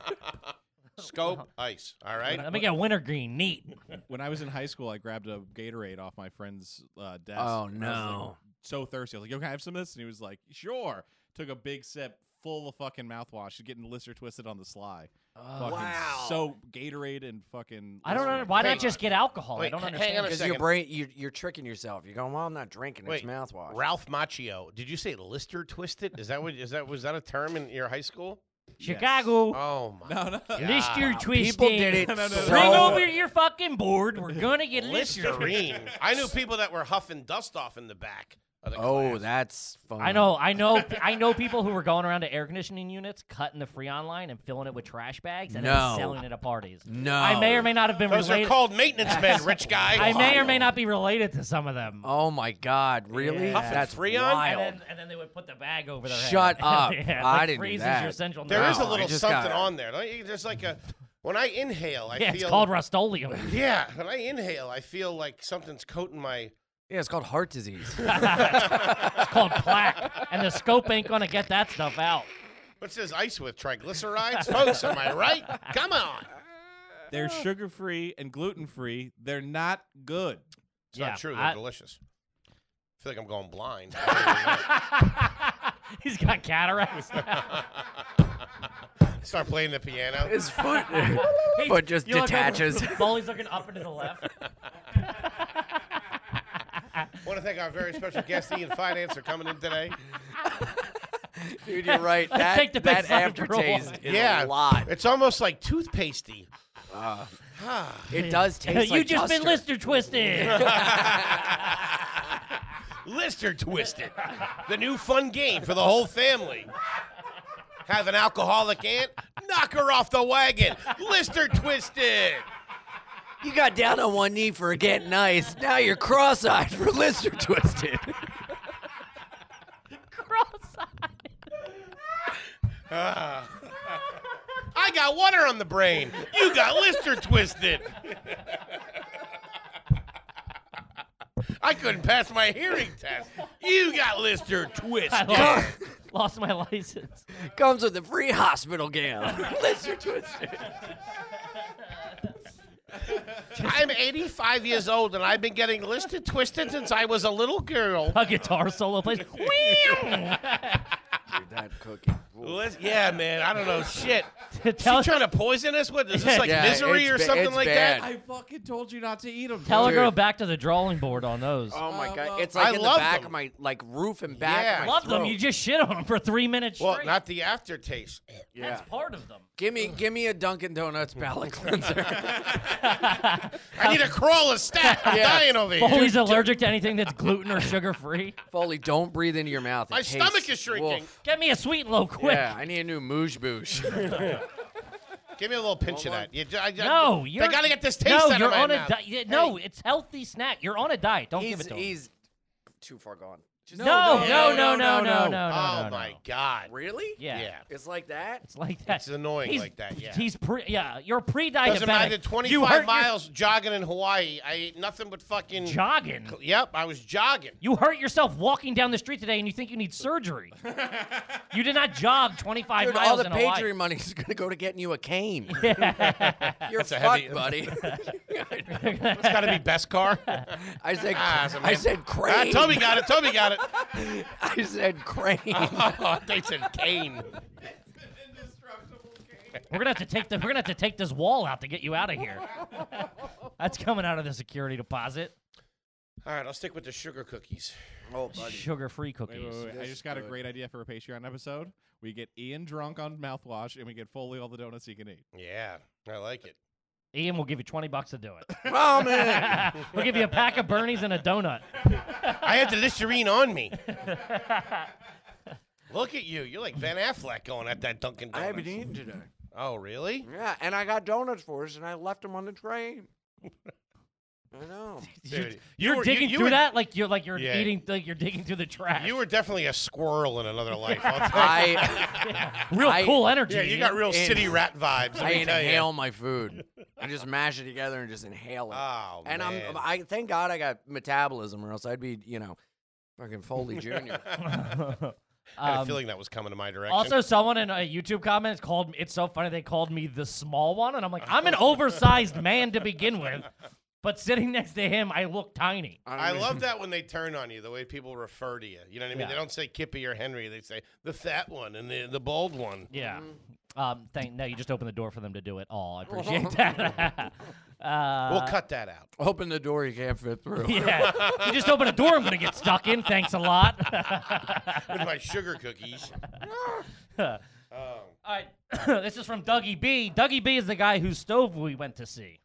B: Scope ice. All right.
C: Let me get wintergreen. Neat.
E: When I was in high school, I grabbed a Gatorade off my friend's uh, desk.
D: Oh,
E: and I was, like,
D: no.
E: so thirsty. I was like, "Yo, can I have some of this?" And he was like, "Sure." Took a big sip, full of fucking mouthwash, He's getting lister twisted on the sly.
D: Oh.
E: fucking
D: wow.
E: So Gatorade and fucking.
C: I don't
E: Listerine.
C: know. Why
B: Wait.
C: not just get alcohol?
B: Wait,
C: I don't
B: hang on
C: understand.
B: a
C: this.
D: Because your
B: second.
D: brain, you, you're tricking yourself. You're going, "Well, I'm not drinking. It's
B: Wait,
D: mouthwash."
B: Ralph Macchio. Did you say Lister twisted? Is that what is that was that a term in your high school?
C: Chicago,
B: Oh my.
E: No, no.
C: Lister twisting.
D: People did
C: [LAUGHS]
D: it.
E: No, no, no,
D: so-
E: no.
C: Bring over your fucking board. We're gonna get Listerine.
B: Listerine. I knew people that were huffing dust off in the back of the
D: Oh,
B: class.
D: that's fun.
C: I know, I know, I know people who were going around to air conditioning units, cutting the Freon line and filling it with trash bags and
D: No.
C: then selling it at parties.
D: No.
C: I may or may not have been
B: Those are
C: related.
B: called
C: [LAUGHS]
B: maintenance men, rich guy.
C: I may or may not be related to some of them.
D: Oh my God! Really?
C: Yeah. Huffing
D: That's
B: Freon?
C: and,
D: wild.
C: then, and then they would put the bag over their head.
D: Shut
C: [LAUGHS]
D: up.
C: yeah,
D: I
C: like
D: didn't do
C: freezes your
D: that.
C: central
B: There is
C: nervous
B: a
D: No, I
B: little
D: just
B: something
D: got-
B: on there. Don't you- There's like a when I inhale, I
C: Yeah,
B: feel
C: it's called Rustolium.
B: Yeah, when I inhale, I feel like something's coating my
D: yeah, it's called
C: [LAUGHS]
D: heart disease.
C: it's called plaque, and the scope ain't gonna get that stuff out. [LAUGHS]
B: what's this ice with triglycerides, folks? Am I right? Come on.
E: They're sugar free and gluten free. They're not good.
B: It's
C: Yeah,
B: not true. They're
C: I-
B: delicious. I feel like I'm going blind.
C: He's got cataracts.
D: [LAUGHS]
B: Start playing the
D: [LAUGHS]
B: piano.
D: His foot,
C: He's-
D: foot just
C: you look over-
D: detaches.
C: [LAUGHS] Foley's looking up and to the left.
B: want to thank our very special guest, Ian Finance, for coming in today.
D: Dude, you're right.
C: Let's
D: That,
C: take the
D: that
C: baseline for a walk.
D: aftertaste is
B: yeah,
D: a lot.
B: It's almost like toothpasty.
C: [LAUGHS]
D: It does taste
C: you
D: like
C: just been
D: duster.
C: Lister
D: [LAUGHS]
C: twisted.
B: Lister Twisted, the new fun game for the whole family. Have an alcoholic aunt? Knock her off the wagon. Lister Twisted.
D: You got down on one knee for getting nice. Now you're cross-eyed for Lister twisted. [LAUGHS]
B: I got water on the brain. You got Lister Twisted. I couldn't pass my hearing test. You got Lister
C: I
B: Twisted.
C: lost, [LAUGHS] lost my license.
D: Comes with a free hospital gown. [LAUGHS] Lister twisted.
B: I'm 85 years old and I've been getting Lister Twisted since I was a little girl.
C: A guitar solo
D: [LAUGHS]
C: plays. Whee!
D: Dude, that cookie.
B: Lis- Yeah, man. I don't know shit.
C: tell,
B: She trying to poison us? What is this like
D: Yeah,
B: misery
D: it's
B: or
D: ba-
B: something
D: it's
B: like
D: bad.
B: that?
E: I fucking told you not to eat them.
C: tell her to
D: Dude.
C: go back to the drawing board on those.
D: Oh my god! It's
B: I
D: like in the
B: love
D: back
B: them.
D: of my like roof and back.
B: Yeah.
D: Of my
C: Love them.
D: throat.
C: You just shit on them for three minutes
B: Well,
C: straight.
B: not the aftertaste.
D: yeah.
C: That's part of them.
D: Give me, give me a Dunkin'
B: [LAUGHS]
D: Donuts palate cleanser.
B: I need to crawl a stack. I'm
D: Yeah.
B: dying over here.
C: Foley's allergic to anything that's gluten or sugar
D: [LAUGHS]
C: free.
D: Foley, don't breathe into your mouth. It
B: My
D: tastes-
B: stomach is shrinking.
D: Woof.
C: Get me a sweet and low quick.
D: Yeah, I need a new moosh boosh.
B: Give me a little pinch of that. You, ju- I, I-
C: No, you're.
B: they gotta get this taste
C: no,
B: out
C: you're
B: of my
C: on
B: mouth.
C: a diet. No, it's healthy snack. You're on a diet. Don't give
D: he's,
C: it to him.
D: he's too far gone. Just-
C: No, no,
B: no,
C: no, no, no, no, no.
B: oh
C: no,
B: my
C: no.
B: god.
D: Really?
C: Yeah.
B: Yeah.
D: It's like that.
C: It's like that.
B: It's annoying
C: He's-
B: like that, yeah.
C: He's pre. Yeah, you're pre-diabetic.
B: Doesn't matter.
C: you
B: 25
C: hurt your-
B: miles jogging in Hawaii. I ate nothing but fucking.
C: jogging.
B: Yep, I was jogging.
C: You hurt yourself walking down the street today, and you think you
B: [LAUGHS]
C: need surgery. you did not jog 25
D: Dude,
C: miles
D: all the
C: in Hawaii.
D: Patreon money is gonna go to getting you
C: [LAUGHS]
D: a cane. You're
B: a
D: fucked,
B: heavy- [LAUGHS]
D: buddy.
C: [LAUGHS]
B: It's gotta be best car.
D: I said,
B: Ah, it's a
D: I
B: man-
D: said
B: ah,
D: crane.
B: Toby got it. Toby got it. [LAUGHS]
D: I said crane.
B: Oh, they said cane.
C: We're gonna have to take the. We're gonna have to take this wall out to get you out of here. That's coming out of the security deposit.
B: All right, I'll stick with the sugar cookies.
D: oh, buddy.
C: Sugar-free cookies.
E: Wait, wait, wait, I just got a great idea for a Patreon episode. We get Ian drunk on mouthwash, and we get Foley all the donuts he can eat.
B: Yeah, I like it.
C: Ian will give you 20 bucks to do it.
D: Oh man.
B: [LAUGHS]
C: [LAUGHS] we'll give you a pack of Bernies and a donut.
B: I had the Listerine on
C: [LAUGHS]
B: me. Look at you. You're like Ben Affleck going at that Dunkin'
D: I
B: Donuts.
D: haven't eaten today.
B: Oh, really?
D: Yeah, and I got donuts for us, and I left them on the train. I
B: [LAUGHS]
D: know.
C: You're,
B: Dude,
C: you're
B: you were- you-
C: digging
B: you
C: through
B: were-
C: that like you're like you're
B: Yeah.
C: eating like you're digging through the trash. [LAUGHS]
B: You were definitely a squirrel in another life. I'll tell you.
D: I
C: real
D: I-
C: cool energy.
B: yeah, you got real
D: in-
B: city rat vibes. let
D: I
B: me tell you.
D: inhale my food. I just mash it together and just inhale it.
B: Oh,
D: and
B: man.
D: I'm
C: um,
D: I thank God I got metabolism, or else I'd be you know, fucking
B: [LAUGHS]
D: Foley Junior.
B: I had a
C: Um,
B: feeling that was coming in my direction.
C: Also, someone in a YouTube comments called. It's so funny they called me the small one, and I'm like, I'm an oversized man to begin with, but sitting next to him, I look tiny.
B: I love that when they turn on you, the way people refer to you. You know what I mean?
C: Yeah.
B: They don't say Kippy or Henry. They say the fat one and the, the bald one.
C: Yeah. Um. Thank. No, you just opened the door for them to do it all. I appreciate that. [LAUGHS] uh,
B: We'll cut that
C: [LAUGHS]
B: out.
D: [LAUGHS] Open the door, you can't fit through.
C: yeah. You just open a door, I'm gonna get stuck in. Thanks a lot. [LAUGHS]
B: With my sugar cookies.
C: all right. [COUGHS] this is from Dougie B. Dougie B is the guy whose stove we went to see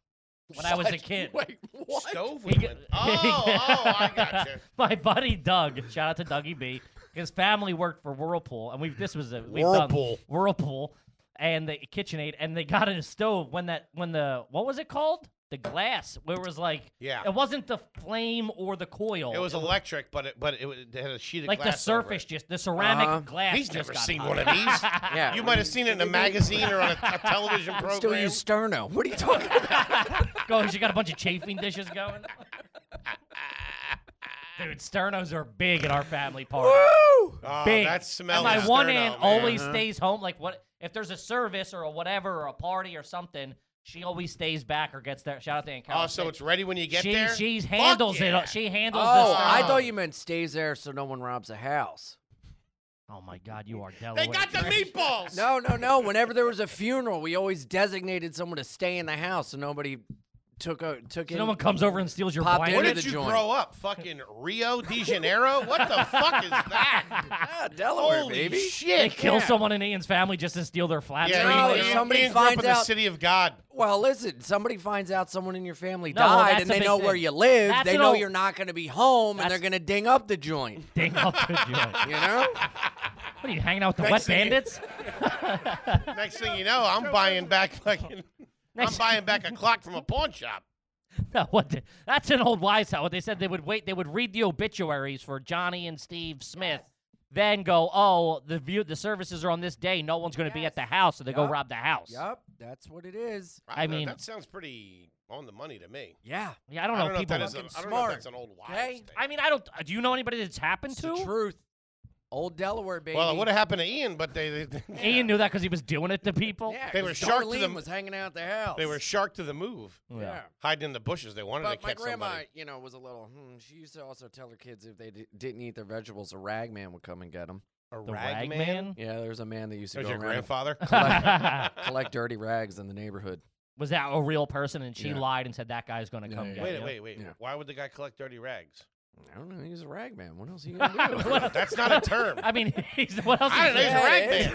C: when I was a kid.
D: [LAUGHS] Wait, what?
B: Stove we went. Oh, oh,
C: [LAUGHS]
B: I got you.
C: my buddy Doug, shout out to Dougie B. His family worked for Whirlpool, and we've this was a we've
B: Whirlpool.
C: done Whirlpool and the KitchenAid, and they got a stove when that when the what was it called? The glass, where it was like
B: Yeah.
C: it wasn't the flame or the coil.
B: It was electric, but it but it, was- it had a sheet of
C: like the
B: glass over it.
C: surface, just the ceramic
D: Uh-huh.
C: glass.
B: He's
C: just
B: never
C: got
B: seen
C: hot.
B: one of these.
C: [LAUGHS]
D: Yeah,
B: You might have seen it in a magazine or on a, a television program.
D: still use Sterno. What are you talking
B: [LAUGHS]
D: about?
C: Goes, you got a bunch of chafing dishes going. Dude, sternos are big at
B: [LAUGHS]
C: our family party.
B: oh,
C: big.
B: that smell.
C: And my
B: is
C: one
B: sterno,
C: aunt
D: Uh-huh.
B: man.
C: always stays home. Like what if there's a service or a whatever or a party or something? She always stays back or gets there. Shout out to Aunt Carol.
B: Oh, so it's ready when you get
C: she,
B: there.
C: She
B: Fuck
C: handles
B: yeah.
C: it. She handles
D: Oh,
C: this.
D: I
B: Oh.
D: thought you meant stays there so no one robs a house.
C: Oh my God, you are Delaware.
B: They got the meatballs.
D: No, no, no. Whenever there was a funeral, we always designated someone to stay in the house so nobody took a, took
C: So
D: in.
C: no one comes over and steals your
D: Pop
B: Where
D: into
C: blanket.
B: did
D: the
B: you
D: joint.
B: grow up? Fucking Rio de Janeiro? What
C: [LAUGHS]
B: the fuck is that?
D: Ah, Delaware,
B: Holy
D: baby.
B: shit!
C: They kill
B: yeah.
C: someone in Ian's family just to steal their flat.
B: Yeah,
D: No,
B: I mean,
D: if
B: Ian-
D: somebody
B: Ian grew up
D: finds
B: in the
D: out-
B: city of God.
D: Well, listen, somebody finds out someone in your family
C: No, well,
D: died
C: that's
D: and
C: a
D: they
C: big
D: know where
C: thing.
D: you live.
C: That's
D: they
C: an
D: know
C: old-
D: you're not going to be home and they're
C: That's-
D: going to ding up the joint.
C: Ding up the joint. [LAUGHS]
D: You know?
C: What are you hanging out with the
B: Next
C: wet
B: thing you-
C: bandits?
B: Next thing you know,
C: [LAUGHS]
B: I'm buying back fucking. I'm
C: Next-
B: buying back a clock from a pawn
C: [LAUGHS]
B: shop.
C: No, what? The, that's an old wise how they said they would wait. They would read the obituaries for Johnny and Steve Smith, then go, "Oh, the view, the services are on this day. No one's going to be at the house, so they go
D: Yup.
C: rob the house."
D: yep, that's what it is.
B: I, don't know,
C: mean-
B: that sounds pretty on the money to me.
D: Yeah.
C: Yeah, I don't know. if people.
B: if that is.
D: fucking
B: a- I don't know if
D: smart,
B: that's an old wives.
D: okay?
B: thing.
C: I mean, I don't. Do you know anybody that's happened
D: It's
C: to?
D: the truth. Old Delaware, baby.
B: well, it would have happened to Ian, but
C: [LAUGHS]
B: they they,
C: Ian knew that because he was doing it to people.
D: Yeah,
B: They
D: 'cause
B: were shark to
D: Darlene
B: them-
D: was hanging out the house.
B: they were shark to the move,
C: Yeah.
D: yeah.
B: hiding in the bushes. They wanted
D: But
B: to
D: my
B: catch
D: grandma,
B: somebody.
D: you know, was a little. Hmm, she used to also tell her kids if they d- didn't eat their vegetables, a rag man would come and
B: [LAUGHS]
D: get them.
B: A
C: The
B: rag
C: ragman.
B: man.
D: Yeah, there's a man that used to
B: There's
D: go
B: your
D: around and
B: grandfather. [LAUGHS]
D: [LAUGHS] collect dirty rags in the neighborhood.
C: [LAUGHS] was that a real person? And she
D: Yeah.
C: lied and said that guy's going to
D: Yeah,
C: come.
D: yeah.
C: get
B: wait,
C: you.
B: wait, wait.
D: Yeah.
B: Why would the guy collect dirty rags?
D: I don't know. He was a rag man. What else
B: [LAUGHS]
D: he gonna do? [LAUGHS]
C: What-
B: That's not a term.
C: I mean, [LAUGHS] he's, what else?
B: I
C: is
B: don't know. He's
C: there?
B: a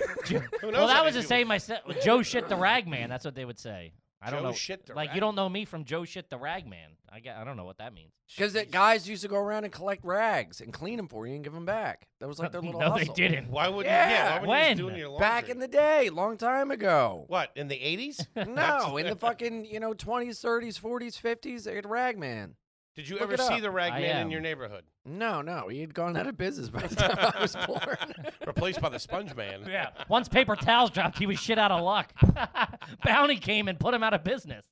B: rag
D: Yeah,
B: man. Who knows
C: Well,
B: how
C: that was
B: these
C: the
B: people-
C: same. I said Joe shit the rag man. That's what they would say. I don't
B: Joe
C: know.
B: shit the
C: like
B: rag
C: you don't know me from Joe shit the rag man. I get, I don't know what that means.
D: Because guys used to go around and collect rags and clean them for you and give them back. That
B: [LAUGHS]
D: was like their little
C: [LAUGHS] no,
D: hustle.
C: they didn't.
B: Why would yeah? yeah
D: Yeah,
B: why would you just do
C: when?
B: it in your
D: Back
B: laundry?
D: in the day, long time ago.
B: what in the eighties? [LAUGHS]
D: No, in the fucking you know twenties, thirties, forties, fifties, they had rag man.
B: Did you
D: Look
B: ever
D: it
B: see
D: up.
B: the rag
C: I
B: man in
C: am.
B: your neighborhood?
D: No, no, he had gone out of business by the time
B: [LAUGHS]
D: I was born. [LAUGHS]
B: Replaced by the sponge man.
C: Yeah. Once paper towels dropped, he was shit out of luck. [LAUGHS] Bounty came and put him out of business.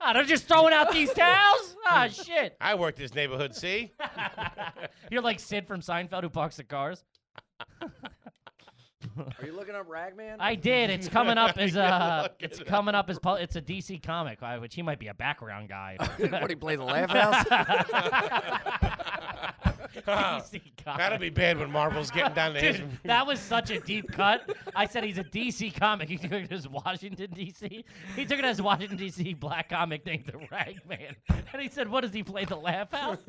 C: Ah, they're just throwing out these towels. Ah, shit. [LAUGHS]
B: I worked this neighborhood. See,
C: You're like Sid from Seinfeld who parks the cars.
D: Are you looking up rag man?
C: I did. It's
B: [LAUGHS]
C: coming up as uh,
B: look
C: it's
B: at
C: coming up as pu- it's a DC comic, uh, which he might be a background guy.
B: [LAUGHS]
D: [LAUGHS] what he played the Laugh House?
C: DC comic.
B: that'll be bad when Marvel's getting down to his.
C: Dude, that was such a deep cut. I said he's a DC comic. He took it as Washington DC. He took it as Washington DC black comic named the Ragman, and he said, "What does he play? The Laugh House."
D: [LAUGHS]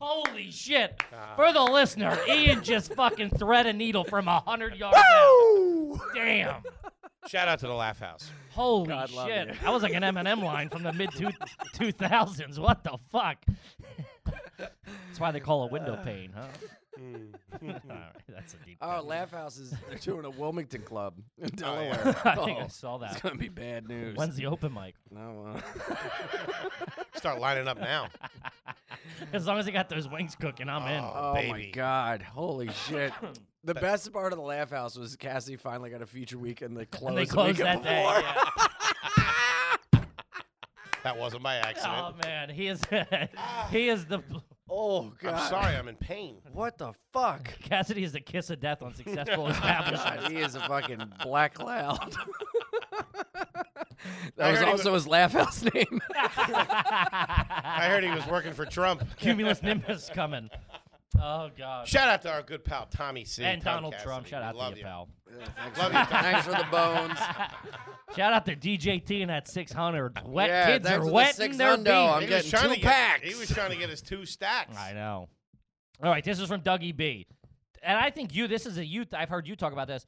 C: Holy shit!
D: Ah.
C: For the listener, Ian just fucking thread a needle from a hundred yards out. Damn!
B: [LAUGHS] Shout out to the Laugh House.
C: Holy
D: God love
C: shit!
D: you.
C: That was like an Eminem line from the mid two thousands. What the fuck? That's why they call it
D: Uh.
C: window pane, huh?
D: Mm.
C: [LAUGHS] All right, that's a deep.
D: Oh,
C: cut.
D: Laugh House is they're doing a Wilmington club in
B: yeah.
C: [LAUGHS]
D: Delaware.
C: I think I
D: Oh,
C: saw
D: it's [LAUGHS]
C: that.
D: gonna be bad news.
C: When's the open mic?
D: No, uh,
B: Start lining up now.
C: As long as they got those wings cooking, I'm in.
B: Oh,
D: Oh my
B: baby.
D: God! Holy shit! The best part of the Laugh House was Cassie finally got a feature week and they closed.
C: And they
D: the
C: closed that
D: weekend
C: day.
D: before.
C: yeah.
B: That wasn't by accident.
C: Oh man, he is [LAUGHS] he is the
D: Oh God!
B: I'm sorry. I'm in pain.
D: What the fuck?
C: Cassidy is the kiss of death on successful establishments.
D: God, he is a fucking black cloud. [LAUGHS] that was
B: heard he
D: also his Laugh House [LAUGHS] name.
B: I heard he was working for Trump.
C: Cumulus Nimbus coming. Oh god.
B: Shout out to our good pal Tommy C.
C: and
B: Tom
C: Donald Trump.
B: Cassidy.
C: Shout
B: We
C: out
B: love
C: to you, pal.
D: Thanks
B: Love
D: for-
B: you, Tom.
D: Thanks for the bones.
C: Shout out to DJT and that 600. Wet
D: Yeah,
C: kids
D: thanks for
C: are
D: the
C: wetting their
D: 600.
C: beat.
D: I'm
B: He was
D: getting
B: trying
D: two
B: to get-
D: packs.
B: He was trying to get his two stacks.
C: I know. All right, this is from Dougie B. And I think you, this is a youth, I've heard you talk about this.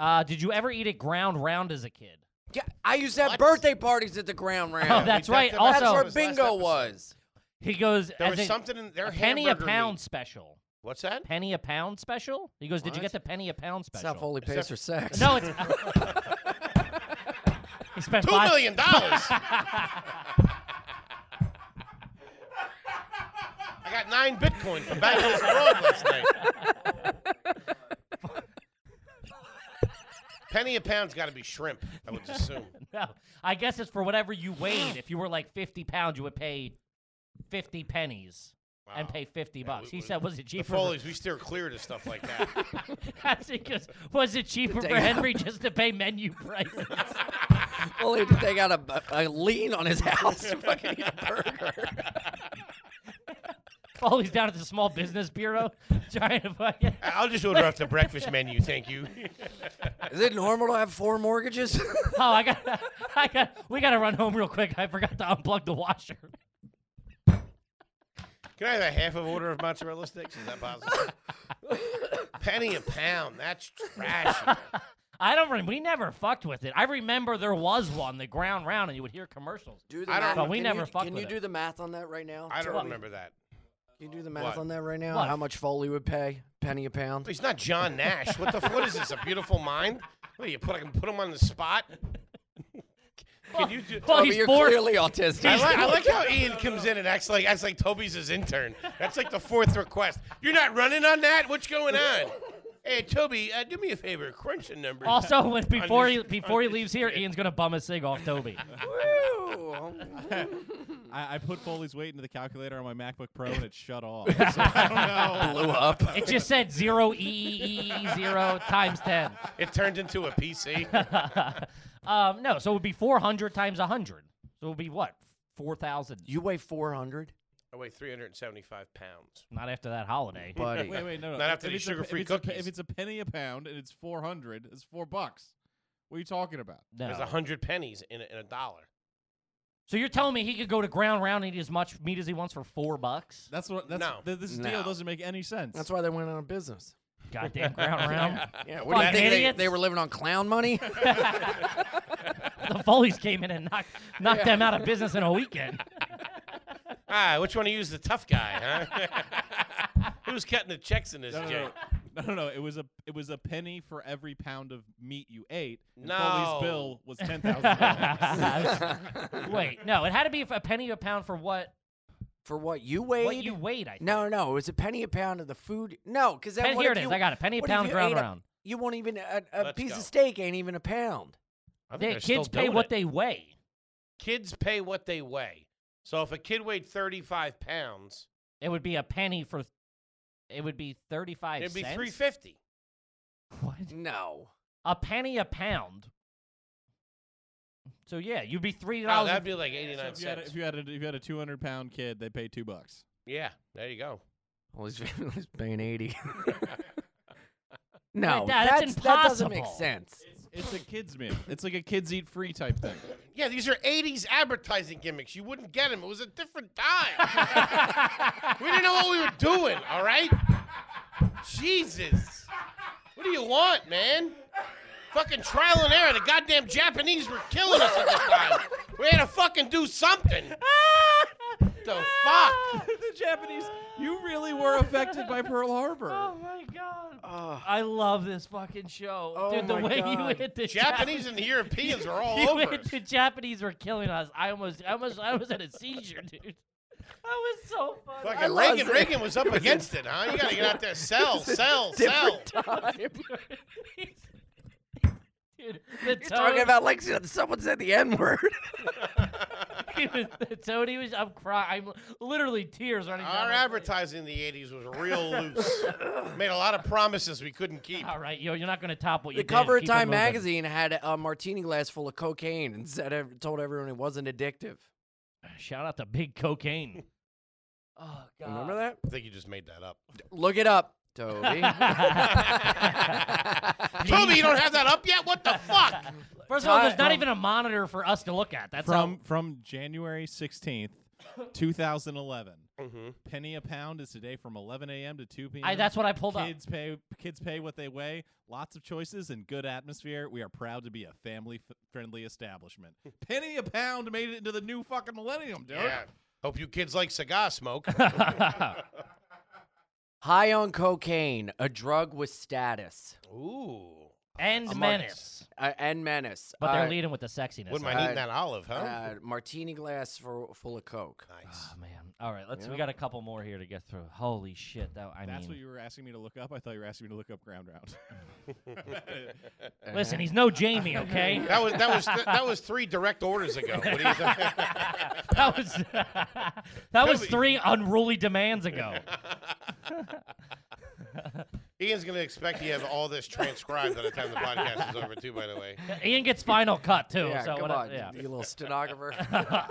C: Uh, did you ever eat it ground round as a kid?
D: Yeah, I used to have
B: What?
D: birthday parties at the ground round.
C: Oh, that's
B: we
C: right.
B: talked about
D: That's
B: that
C: Also,
D: where
B: was last
D: bingo
B: episode.
D: was.
C: he goes,
B: There
C: as
B: was
C: a-
B: something in their
C: a penny a
B: hamburger
C: pound
B: meat.
C: special.
B: What's that?
C: Penny a pound special? He goes, did you get the penny a pound
D: That's
C: special?
D: how Foley pays for sex. [LAUGHS]
C: no, it's. [LAUGHS] he spent
B: Two
C: five.
B: million
C: [LAUGHS]
B: dollars. I got nine Bitcoin from back in this abroad last night. Penny a pound's got to be shrimp. I would assume.
C: No, I guess it's for whatever you weighed. If you were like 50 pounds, you would pay 50 pennies and
B: Wow.
C: pay 50
B: Yeah, we-
C: bucks.
B: we-
C: [LAUGHS] he said, was it
B: The
C: cheaper? for-
B: Foley's, we steer clear to stuff like that.
C: [LAUGHS] That's because was it cheaper for [LAUGHS]
D: Damn.
C: Henry just to pay menu prices?
D: well, they, they got a, a lien on his house to fucking eat a burger.
C: Foley's down at the Small Business Bureau [LAUGHS] trying to fucking.
B: I'll just order off the breakfast menu, thank you.
D: Is it normal to have four [LAUGHS] mortgages?
C: Oh, I got, I got, we gotta run home real quick. I forgot to unplug the washer.
B: Can I have a half of order of mozzarella sticks? Is that
C: [LAUGHS]
B: possible? Penny a pound. That's trash. man.
C: I don't. Rem- we never fucked with it. I remember there was one, the ground round, and you would hear commercials.
D: do the
B: I don't-
D: math.
B: But
C: we
D: can
C: never
D: you,
C: fucked
D: Can
C: with
D: you
C: it.
D: do the math on that right now?
B: I don't
D: Joey?
B: remember that.
D: Can you do the math
B: What?
D: on that right now?
C: What?
D: How much Foley would pay? Penny a pound?
B: He's not John Nash. What the fuck is this? A beautiful mind? What you put? I can put him on the spot. Can you do?
C: Well,
D: Oh, but
C: he's
D: you're
C: four.
D: clearly autistic.
B: I like, I like how Ian comes in and acts like acts like Toby's his intern. That's like the fourth request. You're not running on that. What's going on? Hey Toby, uh, do me a favor. Crunch the numbers.
C: [LAUGHS] Also, when, before he
B: Unders-
C: before he leaves here, Ian's gonna bum a cig off Toby.
D: Woo.
B: Hmm.
E: I, I put Foley's weight into the calculator on my MacBook Pro and it
B: [LAUGHS]
E: shut off. So I don't know.
D: Blew
C: [LAUGHS]
D: up.
C: It just said zero e e e zero times ten. [LAUGHS]
B: it turned into a PC.
C: Um, no, so it would be four hundred times hundred. So it would be what four thousand.
D: You weigh 400?
B: I weigh 375 pounds.
C: Not after that holiday.
D: Buddy.
E: Wait, wait, no, no.
B: Not after
E: If
B: these
E: it's a-
B: sugar-free
E: if it's a pe-
B: cookies.
E: if it's a penny a pound and it's 400, it's four bucks. What are you talking about?
C: No.
B: There's a hundred pennies in a, in a dollar.
C: So you're telling me he could go to ground round and eat as much meat as he wants for four
D: [LAUGHS]
C: bucks?
E: That's what. That's
B: No.
E: th- this
D: No.
E: deal doesn't make any sense.
D: That's why they went out of business.
C: Goddamn ground round.
D: Yeah, what do
C: Fucking
D: you think? They,
C: idiots.
D: they were living on
C: [LAUGHS]
D: clown money? [LAUGHS]
C: the Foley's came in and knocked knocked them out of business in a weekend.
B: Ah, which one of you is the tough guy,
E: [LAUGHS]
B: huh? Who's cutting the checks in this
E: No, no,
B: joint?
E: no. no, no, no. It was a it was a penny for every pound of meat you ate. and
B: No.
E: Foley's bill was ten thousand dollars.
B: [LAUGHS]
D: [LAUGHS]
C: Wait, no, it had to be a penny a pound for what
D: For what you weighed?
C: what you weighed. I think.
D: No, no, it was a penny a pound of the food. No, because
C: Pen-
D: that
C: here it is. I got it. Penny a pound ground round.
D: You won't even a, a
B: Let's
D: piece
B: go.
D: of steak ain't even a pound.
B: I think
C: They,
B: they're still
C: kids pay
B: doing
C: what
B: it.
C: they weigh.
B: kids pay what they weigh. So if a kid weighed 35 pounds,
C: It would be a penny for. It would be thirty five.
B: it'd be 350.
C: What?
D: No,
C: A penny a pound. So yeah, you'd be three
B: Oh,
C: dollars.
B: that'd be like 89
E: if, you had a,
B: cents.
E: if you had a if you had a two hundred pound kid, they pay two bucks.
B: yeah, there you go.
D: well, he's, [LAUGHS] he's
C: [LAUGHS]
D: paying eighty. no,
C: Like that,
D: that's,
C: that's
D: that doesn't make
C: impossible.
D: sense.
E: It's a kids meal. It's like a kids eat free
C: [LAUGHS]
E: type thing.
B: Yeah, these are 80s advertising gimmicks. You wouldn't get them. It was a different time. we didn't know what we were doing, all right? Jesus. What do you want, man? Fucking trial and error. The goddamn Japanese were killing us at the time. We had to fucking do something.
C: [LAUGHS]
B: the fuck?
E: the Japanese, you really were affected by Pearl Harbor.
C: Oh my god!
B: Uh,
D: Ah.
C: [LAUGHS]
D: [LAUGHS]
C: I love this fucking show,
D: Oh
C: dude. The
D: my
C: way you
D: God.
C: hit the
B: Japanese and the Europeans are all
C: [LAUGHS] you
B: over
C: went
B: us.
C: to Japanese were killing us. I almost, I almost, I was at a seizure, dude. That was so funny.
B: Fucking
D: lost
B: Reagan,
D: it.
B: Reagan was up against it, huh? You gotta get out there, sell, sell, sell.
D: Different time. [LAUGHS]
C: [LAUGHS] Dude, the
D: You're
C: toad,
D: talking about like someone said the n word.
C: [LAUGHS] he was, the toad, he was, I'm crying. I'm literally tears running down.
B: Our
C: my face.
B: advertising in the '80s was real loose. Made a lot of promises we couldn't keep.
C: All right, yo, you're not gonna top what you
D: the
C: did.
D: cover of
C: Keep it
D: Time
C: moving.
D: magazine had a martini glass full of cocaine and said ev- told everyone it wasn't addictive.
C: Shout out to Big
D: [LAUGHS]
C: Cocaine. oh God.
D: Remember that?
B: I think you just made that up.
D: Look
C: [LAUGHS]
D: it up, [LAUGHS] Toby.
B: [LAUGHS] Toby, you don't have that up yet? What the fuck?
C: First of all, there's not
D: Time-
C: even a monitor for us to look at. That's
E: From
C: how-
E: from January sixteenth, two thousand eleven. Penny a pound is today from eleven a.m. to two p.m.
C: I, that's what I pulled up.
E: Kids pay kids pay what they weigh. Lots of choices and good atmosphere. We are proud to be a family f- friendly establishment. Penny a pound made it into the new fucking millennium, dude.
B: Yeah. Hope you kids like cigar smoke. [LAUGHS]
D: High on cocaine, a drug with status
B: Ooh.
C: and
D: Among
C: menace.
D: uh, and menace.
C: But they're
D: Uh,
C: leading with the sexiness.
B: Wouldn't
C: I
B: mind eating
D: Uh,
B: that olive, huh?
D: uh, martini glass for, full of coke.
B: nice.
C: Oh man! All right, let's. We
D: Yeah.
C: got a couple more here to get through. Holy shit! That I
E: That's
C: mean,
E: what you were asking me to look up. I thought you were asking me to look up ground round.
C: listen, he's no Jamie,
E: [LAUGHS]
C: okay? [LAUGHS]
B: That was that was that was three direct orders ago. What do you think? [LAUGHS]
C: that was [LAUGHS] that was
B: Toby.
E: [LAUGHS]
C: three unruly demands ago.
B: Ian's gonna expect you have all this transcribed by the time the podcast is over, too. By the way,
C: Ian gets final cut too.
D: Yeah,
C: Oh, so
D: come
C: what-
D: on,
C: yeah.
D: you
C: [LAUGHS]
D: little stenographer.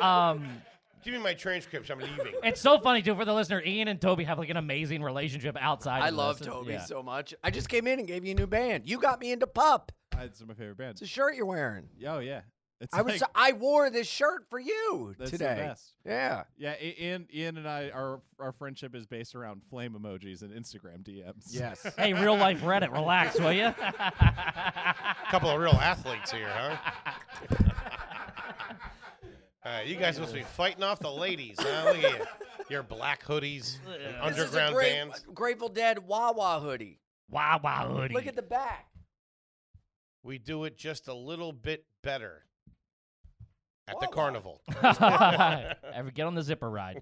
C: um,
B: give me my transcripts. I'm leaving.
C: it's so funny too for the listener. Ian and Toby have like an amazing relationship outside.
D: I
C: of
D: love
C: this.
D: Toby
C: Yeah.
D: so much. I just came in and gave you a new band. You got me into pop.
E: It's my favorite band.
D: It's a shirt you're wearing.
E: Oh yeah, it's
D: I was
E: like-
D: I wore this shirt for you
E: That's the
D: today.
E: best.
D: Yeah.
E: yeah. I- Ian, Ian and I, our our friendship is based around flame emojis and Instagram DMs.
D: Yes.
C: Hey, real life Reddit, relax, will [LAUGHS] you?
B: A couple of real athletes here, huh? [LAUGHS] All right, you guys must be fighting off the ladies. Huh? Look at you. Your black hoodies, and
D: This is a
B: underground
D: great-
B: bands.
D: Grateful Dead Wawa hoodie.
C: wow, wow, hoodie.
D: Look at the back.
B: We do it just a little bit better at the
D: Wawa.
B: carnival.
C: [LAUGHS] Ever get on the zipper ride?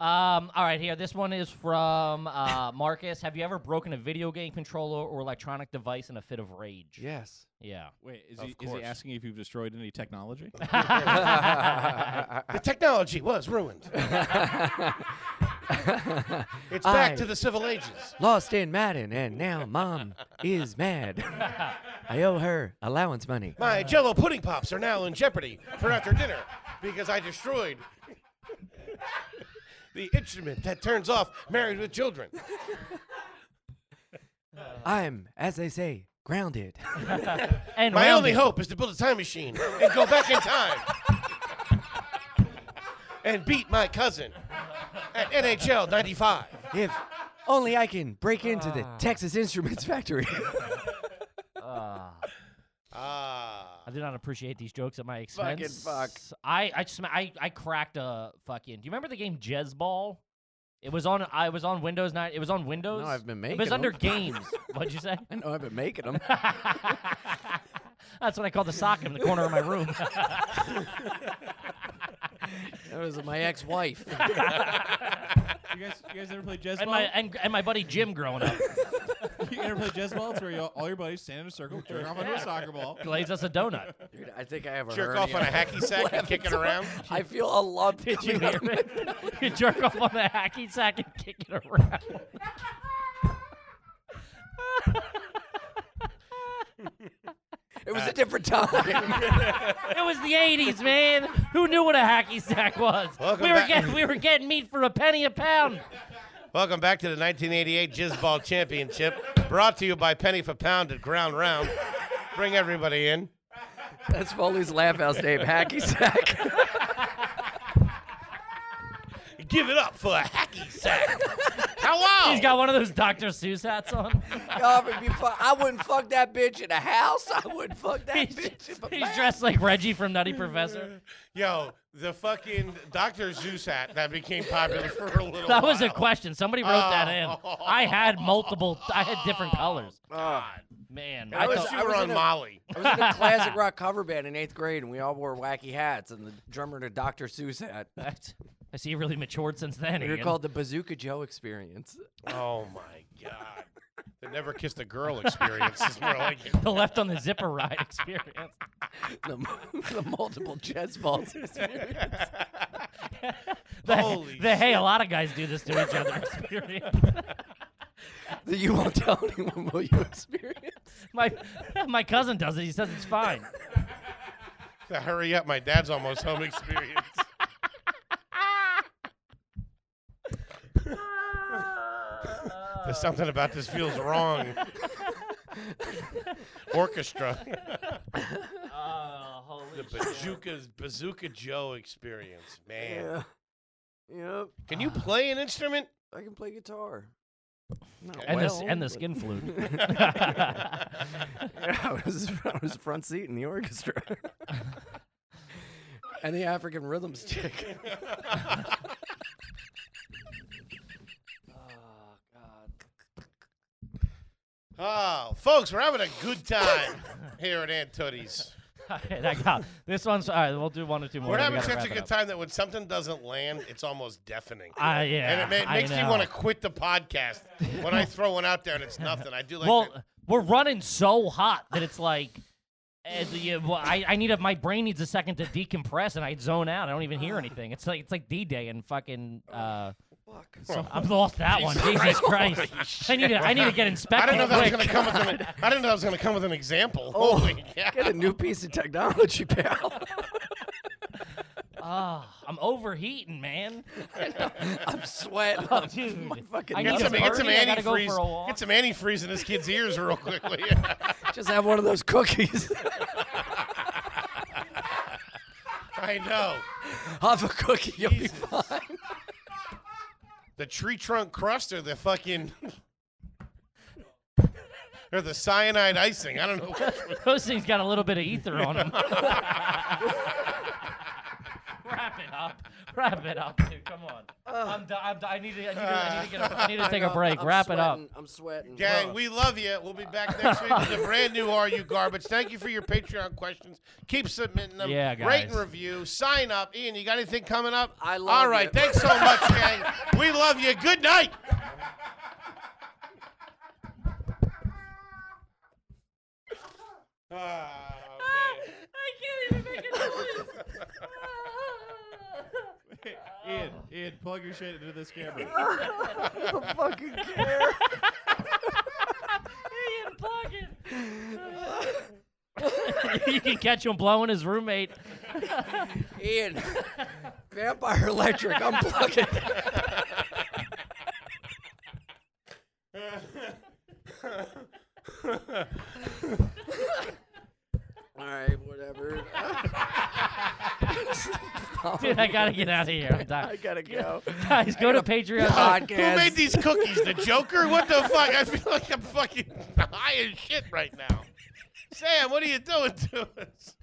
C: Um, all right, here. This one is from uh, Marcus. Have you ever broken a video game controller or electronic device in a fit of rage?
D: Yes. [LAUGHS]
C: Yeah.
E: [LAUGHS] Wait, is
B: Of
E: he is he
B: course.
E: asking if you've destroyed
C: [LAUGHS]
E: any technology?
B: The technology was
D: [LAUGHS]
B: ruined. It's back to the civil ages.
D: Lost in Madden, and now mom is mad. I owe her allowance money.
B: My Jello pudding pops are now in jeopardy for after dinner because I destroyed [LAUGHS] the instrument that turns off Married with Children.
D: I'm, as they say, grounded.
C: And
B: My only
C: rounded.
B: hope is to build a time machine and go back in time and beat my cousin at NHL 95.
D: if only I can break into the Texas Instruments factory. [LAUGHS]
B: Ah.
C: I did not appreciate these jokes at my expense.
D: fuck.
C: I I, sm- I I cracked a fucking. Do you remember the game Jez Ball? It was on. I was on Windows nine. It was on Windows.
D: I've been
C: It
D: making
C: was
D: 'em.
C: under
D: [LAUGHS]
C: games. What'd you say? [LAUGHS]
D: I know I've been making them.
C: That's what I call the sock in the corner of my
D: [LAUGHS]
C: room.
D: That was my ex-wife.
E: you guys, you guys ever play jazz
C: and my and, and my buddy Jim growing up
E: you ever play jazz ball? It's where you, all your buddies stand in a circle, jerk off onto a soccer ball. [LAUGHS]
C: glazed us a
B: [LAUGHS]
C: donut.
D: Dude, I think I have a
B: Jerk off on a
D: hernia.
B: hacky sack and kick it around.
D: [LAUGHS] I feel a lump.
C: Did you
D: coming
C: hear
D: up.
C: it?
B: [LAUGHS]
C: [LAUGHS] you jerk off on a hacky sack and kick it around.
D: It was a different time.
C: It was the '80s, man. Who knew what a hacky sack was?
B: Welcome
C: we were
B: back.
C: getting we were getting meat for a penny a pound.
B: Welcome back to the 1988 Jizz Ball Championship, brought to you by Penny for Pound at Ground Round. Bring everybody in.
D: [LAUGHS] That's Foley's Laugh House name, Hacky Sack. [LAUGHS]
B: Give it up for a hacky sack. Hello.
C: He's got one of those Dr. Seuss
B: [LAUGHS]
C: hats on. [LAUGHS]
D: Oh, it'd be fu- I wouldn't fuck that bitch in a house. I wouldn't fuck that
C: He's,
D: bitch. in a
C: he's
D: bath.
C: dressed like Reggie from Nutty Professor.
B: Yo, the fucking Dr. Zeus hat that became popular for a little
C: That was a
B: while.
C: question. Somebody wrote that in.
B: Oh.
C: I had multiple. I had different colors.
B: [LAUGHS] God.
C: Man,
B: I,
C: I
B: was,
C: thought,
B: you were
D: was
B: on
D: in a-
B: Molly.
D: I was in a [LAUGHS] classic rock cover band in eighth grade, and we all wore wacky hats, and the drummer had a Dr. Seuss [LAUGHS] hat.
C: That's- I see you really matured since then.
D: We were
C: Ian.
D: called the Bazooka Joe Experience.
B: Oh my God. The never kissed a girl experience is more like it.
C: the left on the zipper ride [LAUGHS] experience.
D: The, mu- [LAUGHS] the multiple chess [LAUGHS] balls. experience.
C: The,
B: Holy
C: the hey, a lot of guys do this to each other [LAUGHS] experience.
D: that you won't tell anyone what you [LAUGHS] experience.
C: My my cousin does it. He says it's fine.
B: The hurry up, my dad's almost home experience. There's something about this feels wrong. Orchestra. Uh,
C: Oh, holy
B: The Bazooka's Bazooka Joe experience, man.
D: Yep.
B: Can you play an instrument?
D: I can play guitar. Not
C: and
D: well,
C: the and the
D: but- [LAUGHS]
C: skin flute.
B: [LAUGHS]
D: Yeah, [LAUGHS] I was I was front seat in the orchestra. and the African rhythm [LAUGHS] stick.
B: Oh, folks, we're having a good time here at Aunt Tootie's.
C: [LAUGHS] that got, this one's all right. We'll do one or two more.
B: We're
C: then we
B: having
C: gotta
B: such a
C: wrap it
B: good
C: up.
B: time that when something doesn't land, it's almost deafening.
C: Ah, yeah,
B: and it ma-
C: I
B: makes me
C: know.
B: want to quit the podcast when
C: [LAUGHS]
B: I throw one out there and it's nothing. I do like
C: Well,
B: that.
C: we're running so hot that it's like. eh, the, uh, well, I, I need a, my brain needs
B: [SIGHS]
C: a second to decompress and I zone out. I don't even hear anything. It's like it's like D Day and fucking uh,
D: fuck?
C: So I've lost that
B: [LAUGHS]
C: one. Jesus Christ! I need to. I need to get
B: I
C: inspected.
B: didn't know that was
C: quick.
B: gonna come with an. I didn't know that was gonna come with an example.
D: Oh.
B: Holy cow.
D: Get a new piece of technology, pal.
C: Ah, I'm overheating, man.
D: I'm sweating.
C: Oh, dude.
D: My fucking
C: I
B: Get
C: need
B: some,
D: nuts
B: get
C: to party,
D: hurt.
B: some
C: I gotta go for a
B: antifreeze.
C: walk.
B: Get some antifreeze in this kid's ears real quickly. [LAUGHS]
D: Just have one of those cookies. [LAUGHS]
B: I know.
D: have a cookie, you'll be
B: Jesus.
D: fine.
B: The tree trunk crust or the fucking or the cyanide icing. I don't know.
C: Those things got a little bit of ether on [LAUGHS]
D: [LAUGHS]
C: them. Wrap it up. Wrap it up, dude. Come on. I'm, di- I'm di- I need to. I need to, I need to, get a, I need to take a break.
D: I'm
C: Wrap it
D: sweating.
C: up.
D: I'm sweating.
B: Gang, we love you. We'll be back next week with a brand new Are You Garbage. Thank you for your Patreon questions. Keep submitting them.
C: Yeah,
B: Rate and
C: guys.
B: review. Sign up. Ian, you got anything coming up?
D: I love
B: All right.
D: you.
B: Thanks so much,
D: [LAUGHS]
B: gang. We love you. Good night. Oh,
D: Ah.
B: man.
E: Ian, Ian, plug your shit into this
D: [LAUGHS]
E: camera.
D: I don't fucking care.
C: [LAUGHS] you can catch him blowing his roommate.
D: Ian, [LAUGHS] Vampire Electric, I'm plugging. [LAUGHS] All right, whatever. [LAUGHS]
C: Dude, I gotta get out of here. I'm
D: I
C: dying. [LAUGHS]
D: gotta go.
C: Guys,
D: [LAUGHS]
C: go to Patreon.
D: Podcast.
B: Who made these cookies? The Joker? What the fuck? I feel like I'm fucking [LAUGHS] high as shit right now. Sam, what are you doing to us?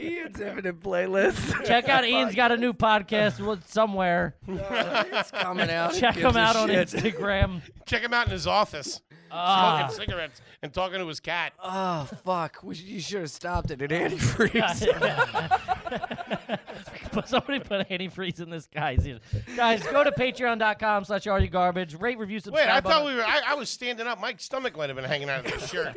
D: Ian's infinite playlist.
C: Check out Ian's got a new podcast with- somewhere.
D: It's coming out. Who
C: Check
D: gives
C: him
D: a
C: out on
D: shit?
C: Instagram.
B: Check him out in his office,
C: Ah.
B: smoking cigarettes and talking to his cat.
D: Oh fuck! We sh- you should have stopped it
C: [LAUGHS]
D: at antifreeze.
C: But somebody put antifreeze in this guy's ears. Guys, go to patreon.com slash are you garbage. Rate, review,
B: Wait,
C: subscribe.
B: I thought
C: on-
B: we
C: [LAUGHS]
B: were. I, I was standing up. My stomach might have been hanging out of the shirt.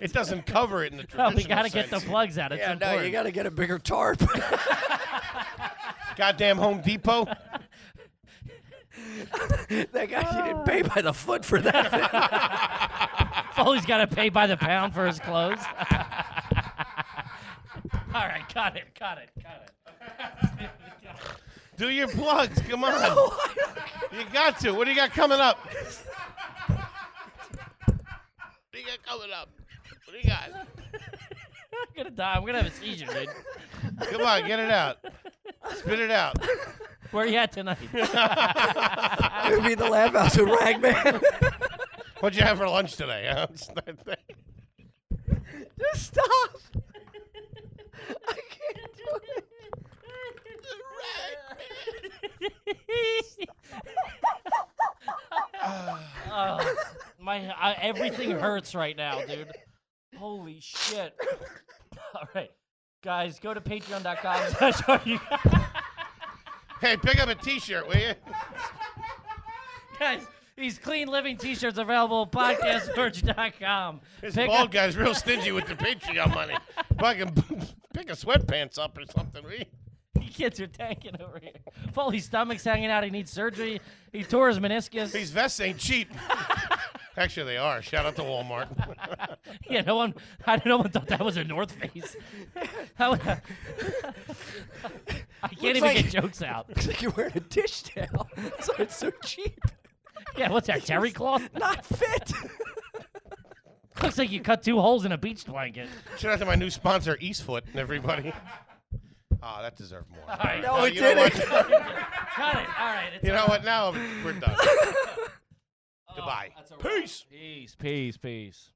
B: it doesn't cover it in the
C: Oh,
B: traditional
C: we gotta get the
B: sense.
C: plugs out. It's
D: yeah, no,
C: important.
D: you gotta get a bigger tarp. [LAUGHS]
B: goddamn Home Depot.
D: that guy, you
C: Ah.
D: didn't pay by the foot for that. thing.
C: Foley's gotta pay by the pound for his clothes. [LAUGHS] All right, cut it, cut it, cut it.
B: Do your plugs. Come on. You got to. What do you got coming up? What do you got coming up? What do you got?
C: I'm gonna die. I'm gonna have a seizure, dude.
B: Come on, get it out. Spit it out.
C: Where you at tonight?
D: It would be the laugh house with Ragman.
C: [LAUGHS]
B: What'd you have for lunch today? huh? [LAUGHS]
D: Just stop. I can't do it.
C: Oh, [LAUGHS] my I, everything hurts right now, dude. Holy shit! All right, guys, go to [LAUGHS] patreon.com. slash Are You
B: hey, pick up a T-shirt, will you?
C: guys? These clean living T-shirts available at podcastmerch.com.
B: This
C: Pick
B: bald
C: up-
B: guy's real stingy with the Patreon
D: [LAUGHS]
B: money. Fucking [LAUGHS] pick a sweatpants up or something. will you?
C: the [LAUGHS] kids are tanking over here. Foley's stomach's hanging out. He needs surgery. He tore his meniscus.
B: These vests ain't cheap. [LAUGHS] Actually, they are. Shout out to [LAUGHS] Walmart.
C: [LAUGHS] Yeah, no one. I no one thought that was a North Face. How [LAUGHS] would I, I can't even
D: like-
C: get jokes out.
D: Looks like you're wearing a dish [LAUGHS] towel. So it's so cheap.
C: Yeah, what's that? Terry cloth? [LAUGHS]
D: Not fit. [LAUGHS]
C: Looks like you cut two holes in a beach blanket.
B: Shout out to my new sponsor, Eastfoot, and [LAUGHS] everybody. Ah, that deserved more. All
C: right.
D: No, it
B: you know what?
D: didn't.
C: Got it. All right.
B: [LAUGHS]
C: It's
B: You know
D: [LAUGHS]
B: what? Now we're done. Goodbye.
D: Uh,
C: that's a wrap.
B: Peace.
C: Peace. Peace. Peace.